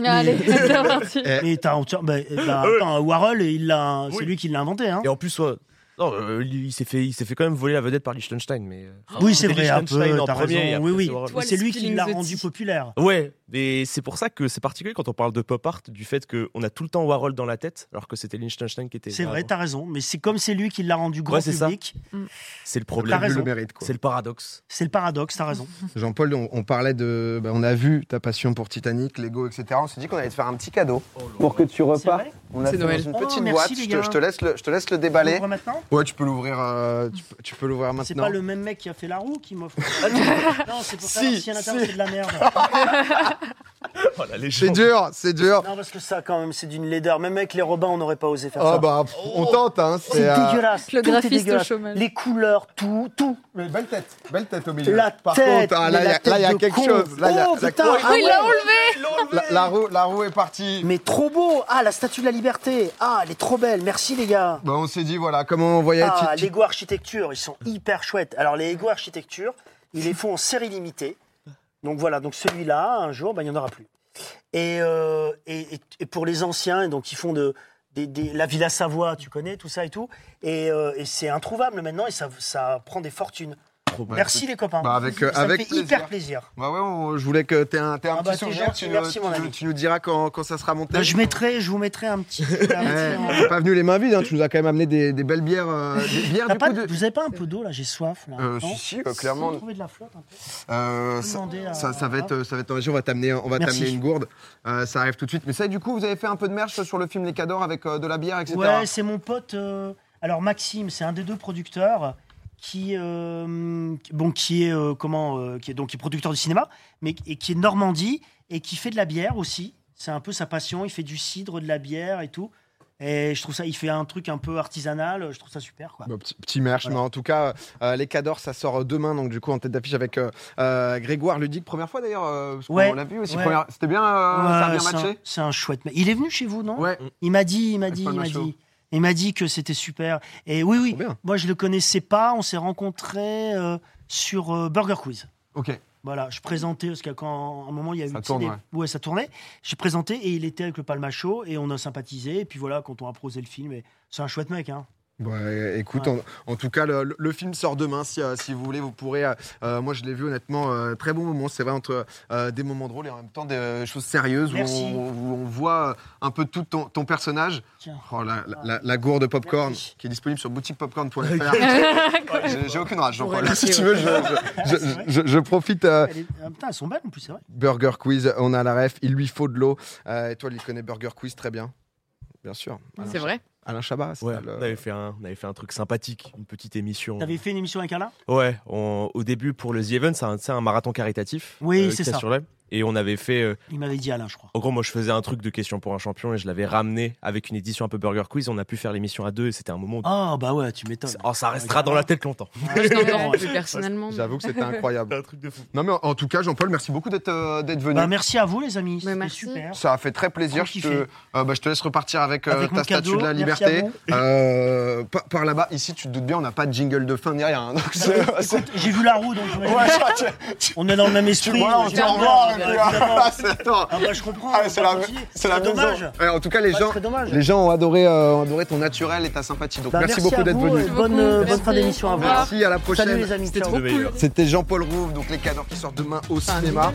[SPEAKER 3] Allez, c'est parti.
[SPEAKER 1] Eh,
[SPEAKER 2] Et t'as, t'as- bah, bah, attends, Warhol, il l'a, c'est
[SPEAKER 4] Oui.
[SPEAKER 2] lui qui l'a inventé. Hein.
[SPEAKER 4] Et en plus, ouais, non, euh, il il s'est fait, il s'est fait quand même voler la vedette par Liechtenstein. Mais euh, enfin,
[SPEAKER 2] Oui, c'est
[SPEAKER 4] c'était
[SPEAKER 2] vrai, un
[SPEAKER 4] Liechtenstein
[SPEAKER 2] peu.
[SPEAKER 4] en
[SPEAKER 2] T'as
[SPEAKER 4] premier, et
[SPEAKER 2] raison.
[SPEAKER 4] après,
[SPEAKER 2] Oui, oui.
[SPEAKER 4] c'est Warhol.
[SPEAKER 3] Toi,
[SPEAKER 2] C'est lui qui
[SPEAKER 3] Spilling
[SPEAKER 2] l'a
[SPEAKER 3] the
[SPEAKER 2] rendu
[SPEAKER 3] tea.
[SPEAKER 2] populaire.
[SPEAKER 4] Ouais, et c'est pour ça que c'est particulier quand on parle de pop art, du fait qu'on a tout le temps Warhol dans la tête, alors que c'était Liechtenstein qui était.
[SPEAKER 2] C'est
[SPEAKER 4] là
[SPEAKER 2] vrai,
[SPEAKER 4] avant.
[SPEAKER 2] t'as raison. Mais c'est comme c'est lui qui l'a rendu grand
[SPEAKER 4] Ouais, c'est ça.
[SPEAKER 2] public.
[SPEAKER 4] c'est le
[SPEAKER 2] T'as
[SPEAKER 4] problème.
[SPEAKER 1] le
[SPEAKER 2] raison.
[SPEAKER 1] mérite, quoi.
[SPEAKER 4] C'est le paradoxe.
[SPEAKER 2] C'est le paradoxe, t'as raison.
[SPEAKER 1] Jean-Paul, on, on parlait de. bah, on a vu ta passion pour Titanic, Lego, etc. On s'est dit qu'on allait te faire un petit cadeau
[SPEAKER 2] Oh
[SPEAKER 1] pour que tu repars.
[SPEAKER 2] vrai
[SPEAKER 1] On a
[SPEAKER 3] C'est
[SPEAKER 1] fait dans
[SPEAKER 3] Noël.
[SPEAKER 1] une
[SPEAKER 2] Oh,
[SPEAKER 1] petite
[SPEAKER 2] merci,
[SPEAKER 1] boîte.
[SPEAKER 2] les
[SPEAKER 1] Je
[SPEAKER 2] gars.
[SPEAKER 1] te, je te laisse le, je te laisse le déballer.
[SPEAKER 2] On ouvre maintenant
[SPEAKER 1] Ouais, tu peux l'ouvrir. euh, tu, peux- tu peux l'ouvrir maintenant.
[SPEAKER 2] C'est pas le même mec qui a fait la roue qui m'offre. non, c'est pour savoir
[SPEAKER 1] Si,
[SPEAKER 2] si à l'intérieur
[SPEAKER 1] si.
[SPEAKER 2] c'est de la merde.
[SPEAKER 4] Oh, la
[SPEAKER 1] C'est
[SPEAKER 4] légende.
[SPEAKER 1] dur, c'est dur.
[SPEAKER 2] Non, parce que ça, quand même, c'est d'une laideur. Même avec les Robins, on n'aurait pas osé faire
[SPEAKER 1] Ah
[SPEAKER 2] ça.
[SPEAKER 1] bah, pff, on tente, hein.
[SPEAKER 2] C'est
[SPEAKER 1] euh,
[SPEAKER 2] dégueulasse.
[SPEAKER 3] Le
[SPEAKER 2] Tout est
[SPEAKER 3] graphiste au
[SPEAKER 2] dégueulasse.
[SPEAKER 3] chômage.
[SPEAKER 2] Les couleurs, tout, tout.
[SPEAKER 1] mais Belle tête, belle tête au milieu.
[SPEAKER 2] La
[SPEAKER 1] Par
[SPEAKER 2] tête.
[SPEAKER 1] contre, hein,
[SPEAKER 2] mais
[SPEAKER 1] là, il y
[SPEAKER 2] la
[SPEAKER 1] a- là, il y a
[SPEAKER 2] tête de
[SPEAKER 1] quelque
[SPEAKER 2] con.
[SPEAKER 1] chose. Là, il y a-
[SPEAKER 2] oh,
[SPEAKER 1] la-
[SPEAKER 2] putain, ah
[SPEAKER 3] Oh, il l'a
[SPEAKER 2] ouais.
[SPEAKER 3] enlevé
[SPEAKER 1] La, la roue, la roue est partie.
[SPEAKER 2] Mais trop beau. Ah, la statue de la liberté. Ah, elle est trop belle. Merci, les gars.
[SPEAKER 1] Bah, on s'est dit, voilà, comment on voyait.
[SPEAKER 2] Ah,
[SPEAKER 1] Ti- Ti-
[SPEAKER 2] Lego Architecture, ils sont hyper chouettes. Alors, les Lego Architecture, ils les font en série limitée. Donc voilà, donc celui-là, un jour, ben, il n'y en aura plus. Et, euh, et, et- et pour les anciens, et donc ils font de, des- des- la Villa Savoie, tu connais, tout ça et tout. Et, euh, et c'est introuvable maintenant et ça, ça prend des fortunes.
[SPEAKER 4] Trop beau.
[SPEAKER 2] Merci les copains.
[SPEAKER 1] Bah, avec, euh,
[SPEAKER 2] ça me
[SPEAKER 1] avec
[SPEAKER 2] fait hyper plaisir.
[SPEAKER 1] Bah ouais, on- je voulais que t'aies un, t'aies
[SPEAKER 2] Ah
[SPEAKER 1] un
[SPEAKER 2] bah,
[SPEAKER 1] petit
[SPEAKER 2] t'es
[SPEAKER 1] souvenir.
[SPEAKER 2] gentil,
[SPEAKER 1] tu, nous-
[SPEAKER 2] merci,
[SPEAKER 1] tu
[SPEAKER 2] mon
[SPEAKER 1] nous-
[SPEAKER 2] ami.
[SPEAKER 1] tu nous diras quand, quand ça sera monté.
[SPEAKER 2] Bah, je mettrai, je vous mettrai un petit. un petit-
[SPEAKER 1] Eh, on va pas venu les mains vides, hein, tu nous as quand même amené des, des belles bières. euh, des bières
[SPEAKER 2] T'as
[SPEAKER 1] du
[SPEAKER 2] pas
[SPEAKER 1] coup
[SPEAKER 2] de-
[SPEAKER 1] de.
[SPEAKER 2] Vous avez pas un peu d'eau là J'ai soif là. Non
[SPEAKER 1] Euh, si, si, euh, clairement.
[SPEAKER 2] Vous trouvez de la flotte hein. un peu
[SPEAKER 1] Euh, ça,
[SPEAKER 2] Demandez à-
[SPEAKER 1] ça- ça va être, euh, ça va être enrichi. On va t'amener, on va
[SPEAKER 2] Merci.
[SPEAKER 1] t'amener une gourde. Euh, ça arrive tout de suite. Mais ça, du coup, vous avez fait un peu de merch sur le film Les Cadors avec euh, de la bière, etc.
[SPEAKER 2] Ouais, c'est mon pote. euh, alors Maxime, c'est un des deux producteurs. qui, euh, bon, qui est euh, comment, euh, qui est donc qui est producteur de cinéma, mais et qui est de Normandie et qui fait de la bière aussi. C'est un peu sa passion. Il fait du cidre, de la bière et tout. Et je trouve ça, il fait un truc un peu artisanal. Je trouve ça super, quoi.
[SPEAKER 1] Bah, petit, petit merch,
[SPEAKER 2] Voilà.
[SPEAKER 1] mais en tout cas, euh, les Cadors, ça sort demain, donc du coup, en tête d'affiche avec euh, euh, Grégoire Ludic. Première fois d'ailleurs, euh, parce qu'on
[SPEAKER 2] Ouais,
[SPEAKER 1] l'a vu aussi.
[SPEAKER 2] ouais.
[SPEAKER 1] première- C'était bien, euh, ça a
[SPEAKER 2] Ouais,
[SPEAKER 1] bien
[SPEAKER 2] c'est un-
[SPEAKER 1] matché
[SPEAKER 2] c'est un, chouette. mec. Il est venu chez vous, non
[SPEAKER 1] Ouais,
[SPEAKER 2] Il m'a dit, il m'a dit,
[SPEAKER 1] Paul
[SPEAKER 2] il m'a
[SPEAKER 1] Machaut.
[SPEAKER 2] dit. Il m'a dit que c'était super. Et oui, oui,
[SPEAKER 1] Trop bien.
[SPEAKER 2] moi je le connaissais pas. On s'est rencontrés euh, sur euh, Burger Quiz.
[SPEAKER 1] ok.
[SPEAKER 2] Voilà, je présentais, parce qu'à quand- à un moment, il y a eu... tu
[SPEAKER 1] Ça
[SPEAKER 2] sais,
[SPEAKER 1] tourne,
[SPEAKER 2] des-
[SPEAKER 1] ouais.
[SPEAKER 2] ça tournait. J'ai présenté et il était avec le Palmacho et on a sympathisé. Et puis voilà, quand on a prosé le film, et c'est un chouette mec. Hein.
[SPEAKER 1] Bon, euh, écoute,
[SPEAKER 2] Ouais.
[SPEAKER 1] en, en tout cas, le, le- le film sort demain. Si, euh, si vous voulez, vous pourrez. euh, euh, moi, je l'ai vu honnêtement, euh, très bon moment. C'est vrai, entre euh, des moments drôles et en même temps des euh, choses sérieuses où
[SPEAKER 2] Merci.
[SPEAKER 1] on, où on voit euh, un peu tout ton, ton personnage.
[SPEAKER 2] Tiens.
[SPEAKER 1] Oh, la, la- la- la gourde popcorn
[SPEAKER 2] Merci.
[SPEAKER 1] qui est disponible sur boutiquepopcorn.fr.
[SPEAKER 3] Quoi
[SPEAKER 1] J'ai- J'ai aucune rage, j'en
[SPEAKER 3] Pour
[SPEAKER 1] parle.
[SPEAKER 3] remercier,
[SPEAKER 1] Si tu veux, je, je-
[SPEAKER 2] C'est vrai.
[SPEAKER 1] je- je- je profite. euh,
[SPEAKER 2] Elle est- ah, putain, elles sont belles en plus, c'est vrai.
[SPEAKER 1] Burger Quiz, on a la ref, il lui faut de l'eau. Euh, et toi, il connaît Burger Quiz très bien. Bien sûr. Alain,
[SPEAKER 3] C'est vrai.
[SPEAKER 1] Alain Chabat, c'est
[SPEAKER 4] Ouais,
[SPEAKER 1] le-
[SPEAKER 4] on, avait fait un, on avait fait un truc sympathique, une petite émission.
[SPEAKER 2] T'avais fait une émission avec Alain
[SPEAKER 4] Ouais, on- au début pour le The Event, c'est un, c'est un marathon caritatif.
[SPEAKER 2] Oui,
[SPEAKER 4] euh,
[SPEAKER 2] c'est
[SPEAKER 4] qu'il y a
[SPEAKER 2] ça.
[SPEAKER 4] Sur l'aile. et on avait fait. euh,
[SPEAKER 2] Il m'avait dit Alain, je crois.
[SPEAKER 4] en gros, moi, je faisais un truc de question pour un champion et je l'avais ramené avec une édition un peu Burger Quiz. On a pu faire l'émission à deux et c'était un moment. où-
[SPEAKER 2] Ah bah ouais, tu m'étonnes.
[SPEAKER 4] Oh, ça restera dans la tête longtemps.
[SPEAKER 2] Ah,
[SPEAKER 3] Je
[SPEAKER 2] je
[SPEAKER 3] t'en
[SPEAKER 2] t'en
[SPEAKER 3] verrai plus
[SPEAKER 2] prie.
[SPEAKER 3] personnellement. mais-
[SPEAKER 1] J'avoue que c'était incroyable.
[SPEAKER 4] un truc de fou.
[SPEAKER 1] non, mais en, en tout cas, Jean-Paul, merci beaucoup d'être euh, d'être venu.
[SPEAKER 2] Bah, merci à vous, les amis.
[SPEAKER 3] Mais
[SPEAKER 2] C'était
[SPEAKER 3] merci.
[SPEAKER 2] super.
[SPEAKER 1] ça a fait très plaisir.
[SPEAKER 2] Trop
[SPEAKER 1] Je te,
[SPEAKER 2] kiffé.
[SPEAKER 1] euh, bah, je te laisse repartir avec, euh,
[SPEAKER 2] Avec mon
[SPEAKER 1] ta statue
[SPEAKER 2] cadeau,
[SPEAKER 1] de la
[SPEAKER 2] merci
[SPEAKER 1] liberté.
[SPEAKER 2] à vous.
[SPEAKER 1] Euh, pa- par là-bas, ici, tu te doutes bien, on n'a pas de jingle de fin ni rien. hein. Donc, c'est- c'est-
[SPEAKER 2] Écoute, J'ai vu la roue, donc j'imagine-
[SPEAKER 1] Ouais, tu-
[SPEAKER 2] on est dans le même esprit.
[SPEAKER 1] vois, on
[SPEAKER 2] je
[SPEAKER 1] dit au
[SPEAKER 2] comprends,
[SPEAKER 1] revoir,
[SPEAKER 2] bah,
[SPEAKER 1] les gars.
[SPEAKER 2] évidemment.
[SPEAKER 1] Ah, c'est- attends.
[SPEAKER 2] Ah bah je comprends.
[SPEAKER 1] Ah,
[SPEAKER 2] on
[SPEAKER 1] c'est
[SPEAKER 2] va
[SPEAKER 1] la,
[SPEAKER 2] continuer.
[SPEAKER 1] c'est la
[SPEAKER 2] C'est
[SPEAKER 1] maison.
[SPEAKER 2] dommage.
[SPEAKER 1] Ouais, en tout cas, les
[SPEAKER 2] Ouais,
[SPEAKER 1] gens,
[SPEAKER 2] c'est très dommage.
[SPEAKER 1] les gens ont adoré, euh, ont adoré ton naturel et ta sympathie. Donc,
[SPEAKER 2] Bah,
[SPEAKER 1] merci, beaucoup
[SPEAKER 2] à
[SPEAKER 1] d'être
[SPEAKER 2] vous,
[SPEAKER 1] venu.
[SPEAKER 2] et Bonne, euh,
[SPEAKER 3] Merci.
[SPEAKER 2] bonne fin d'émission à
[SPEAKER 3] Au
[SPEAKER 2] vous.
[SPEAKER 3] revoir.
[SPEAKER 1] Merci, à la prochaine.
[SPEAKER 2] Salut les amis.
[SPEAKER 4] C'était
[SPEAKER 2] ciao.
[SPEAKER 4] trop cool.
[SPEAKER 1] C'était Jean-Paul Rouve, donc les cadors qui sortent demain au cinéma.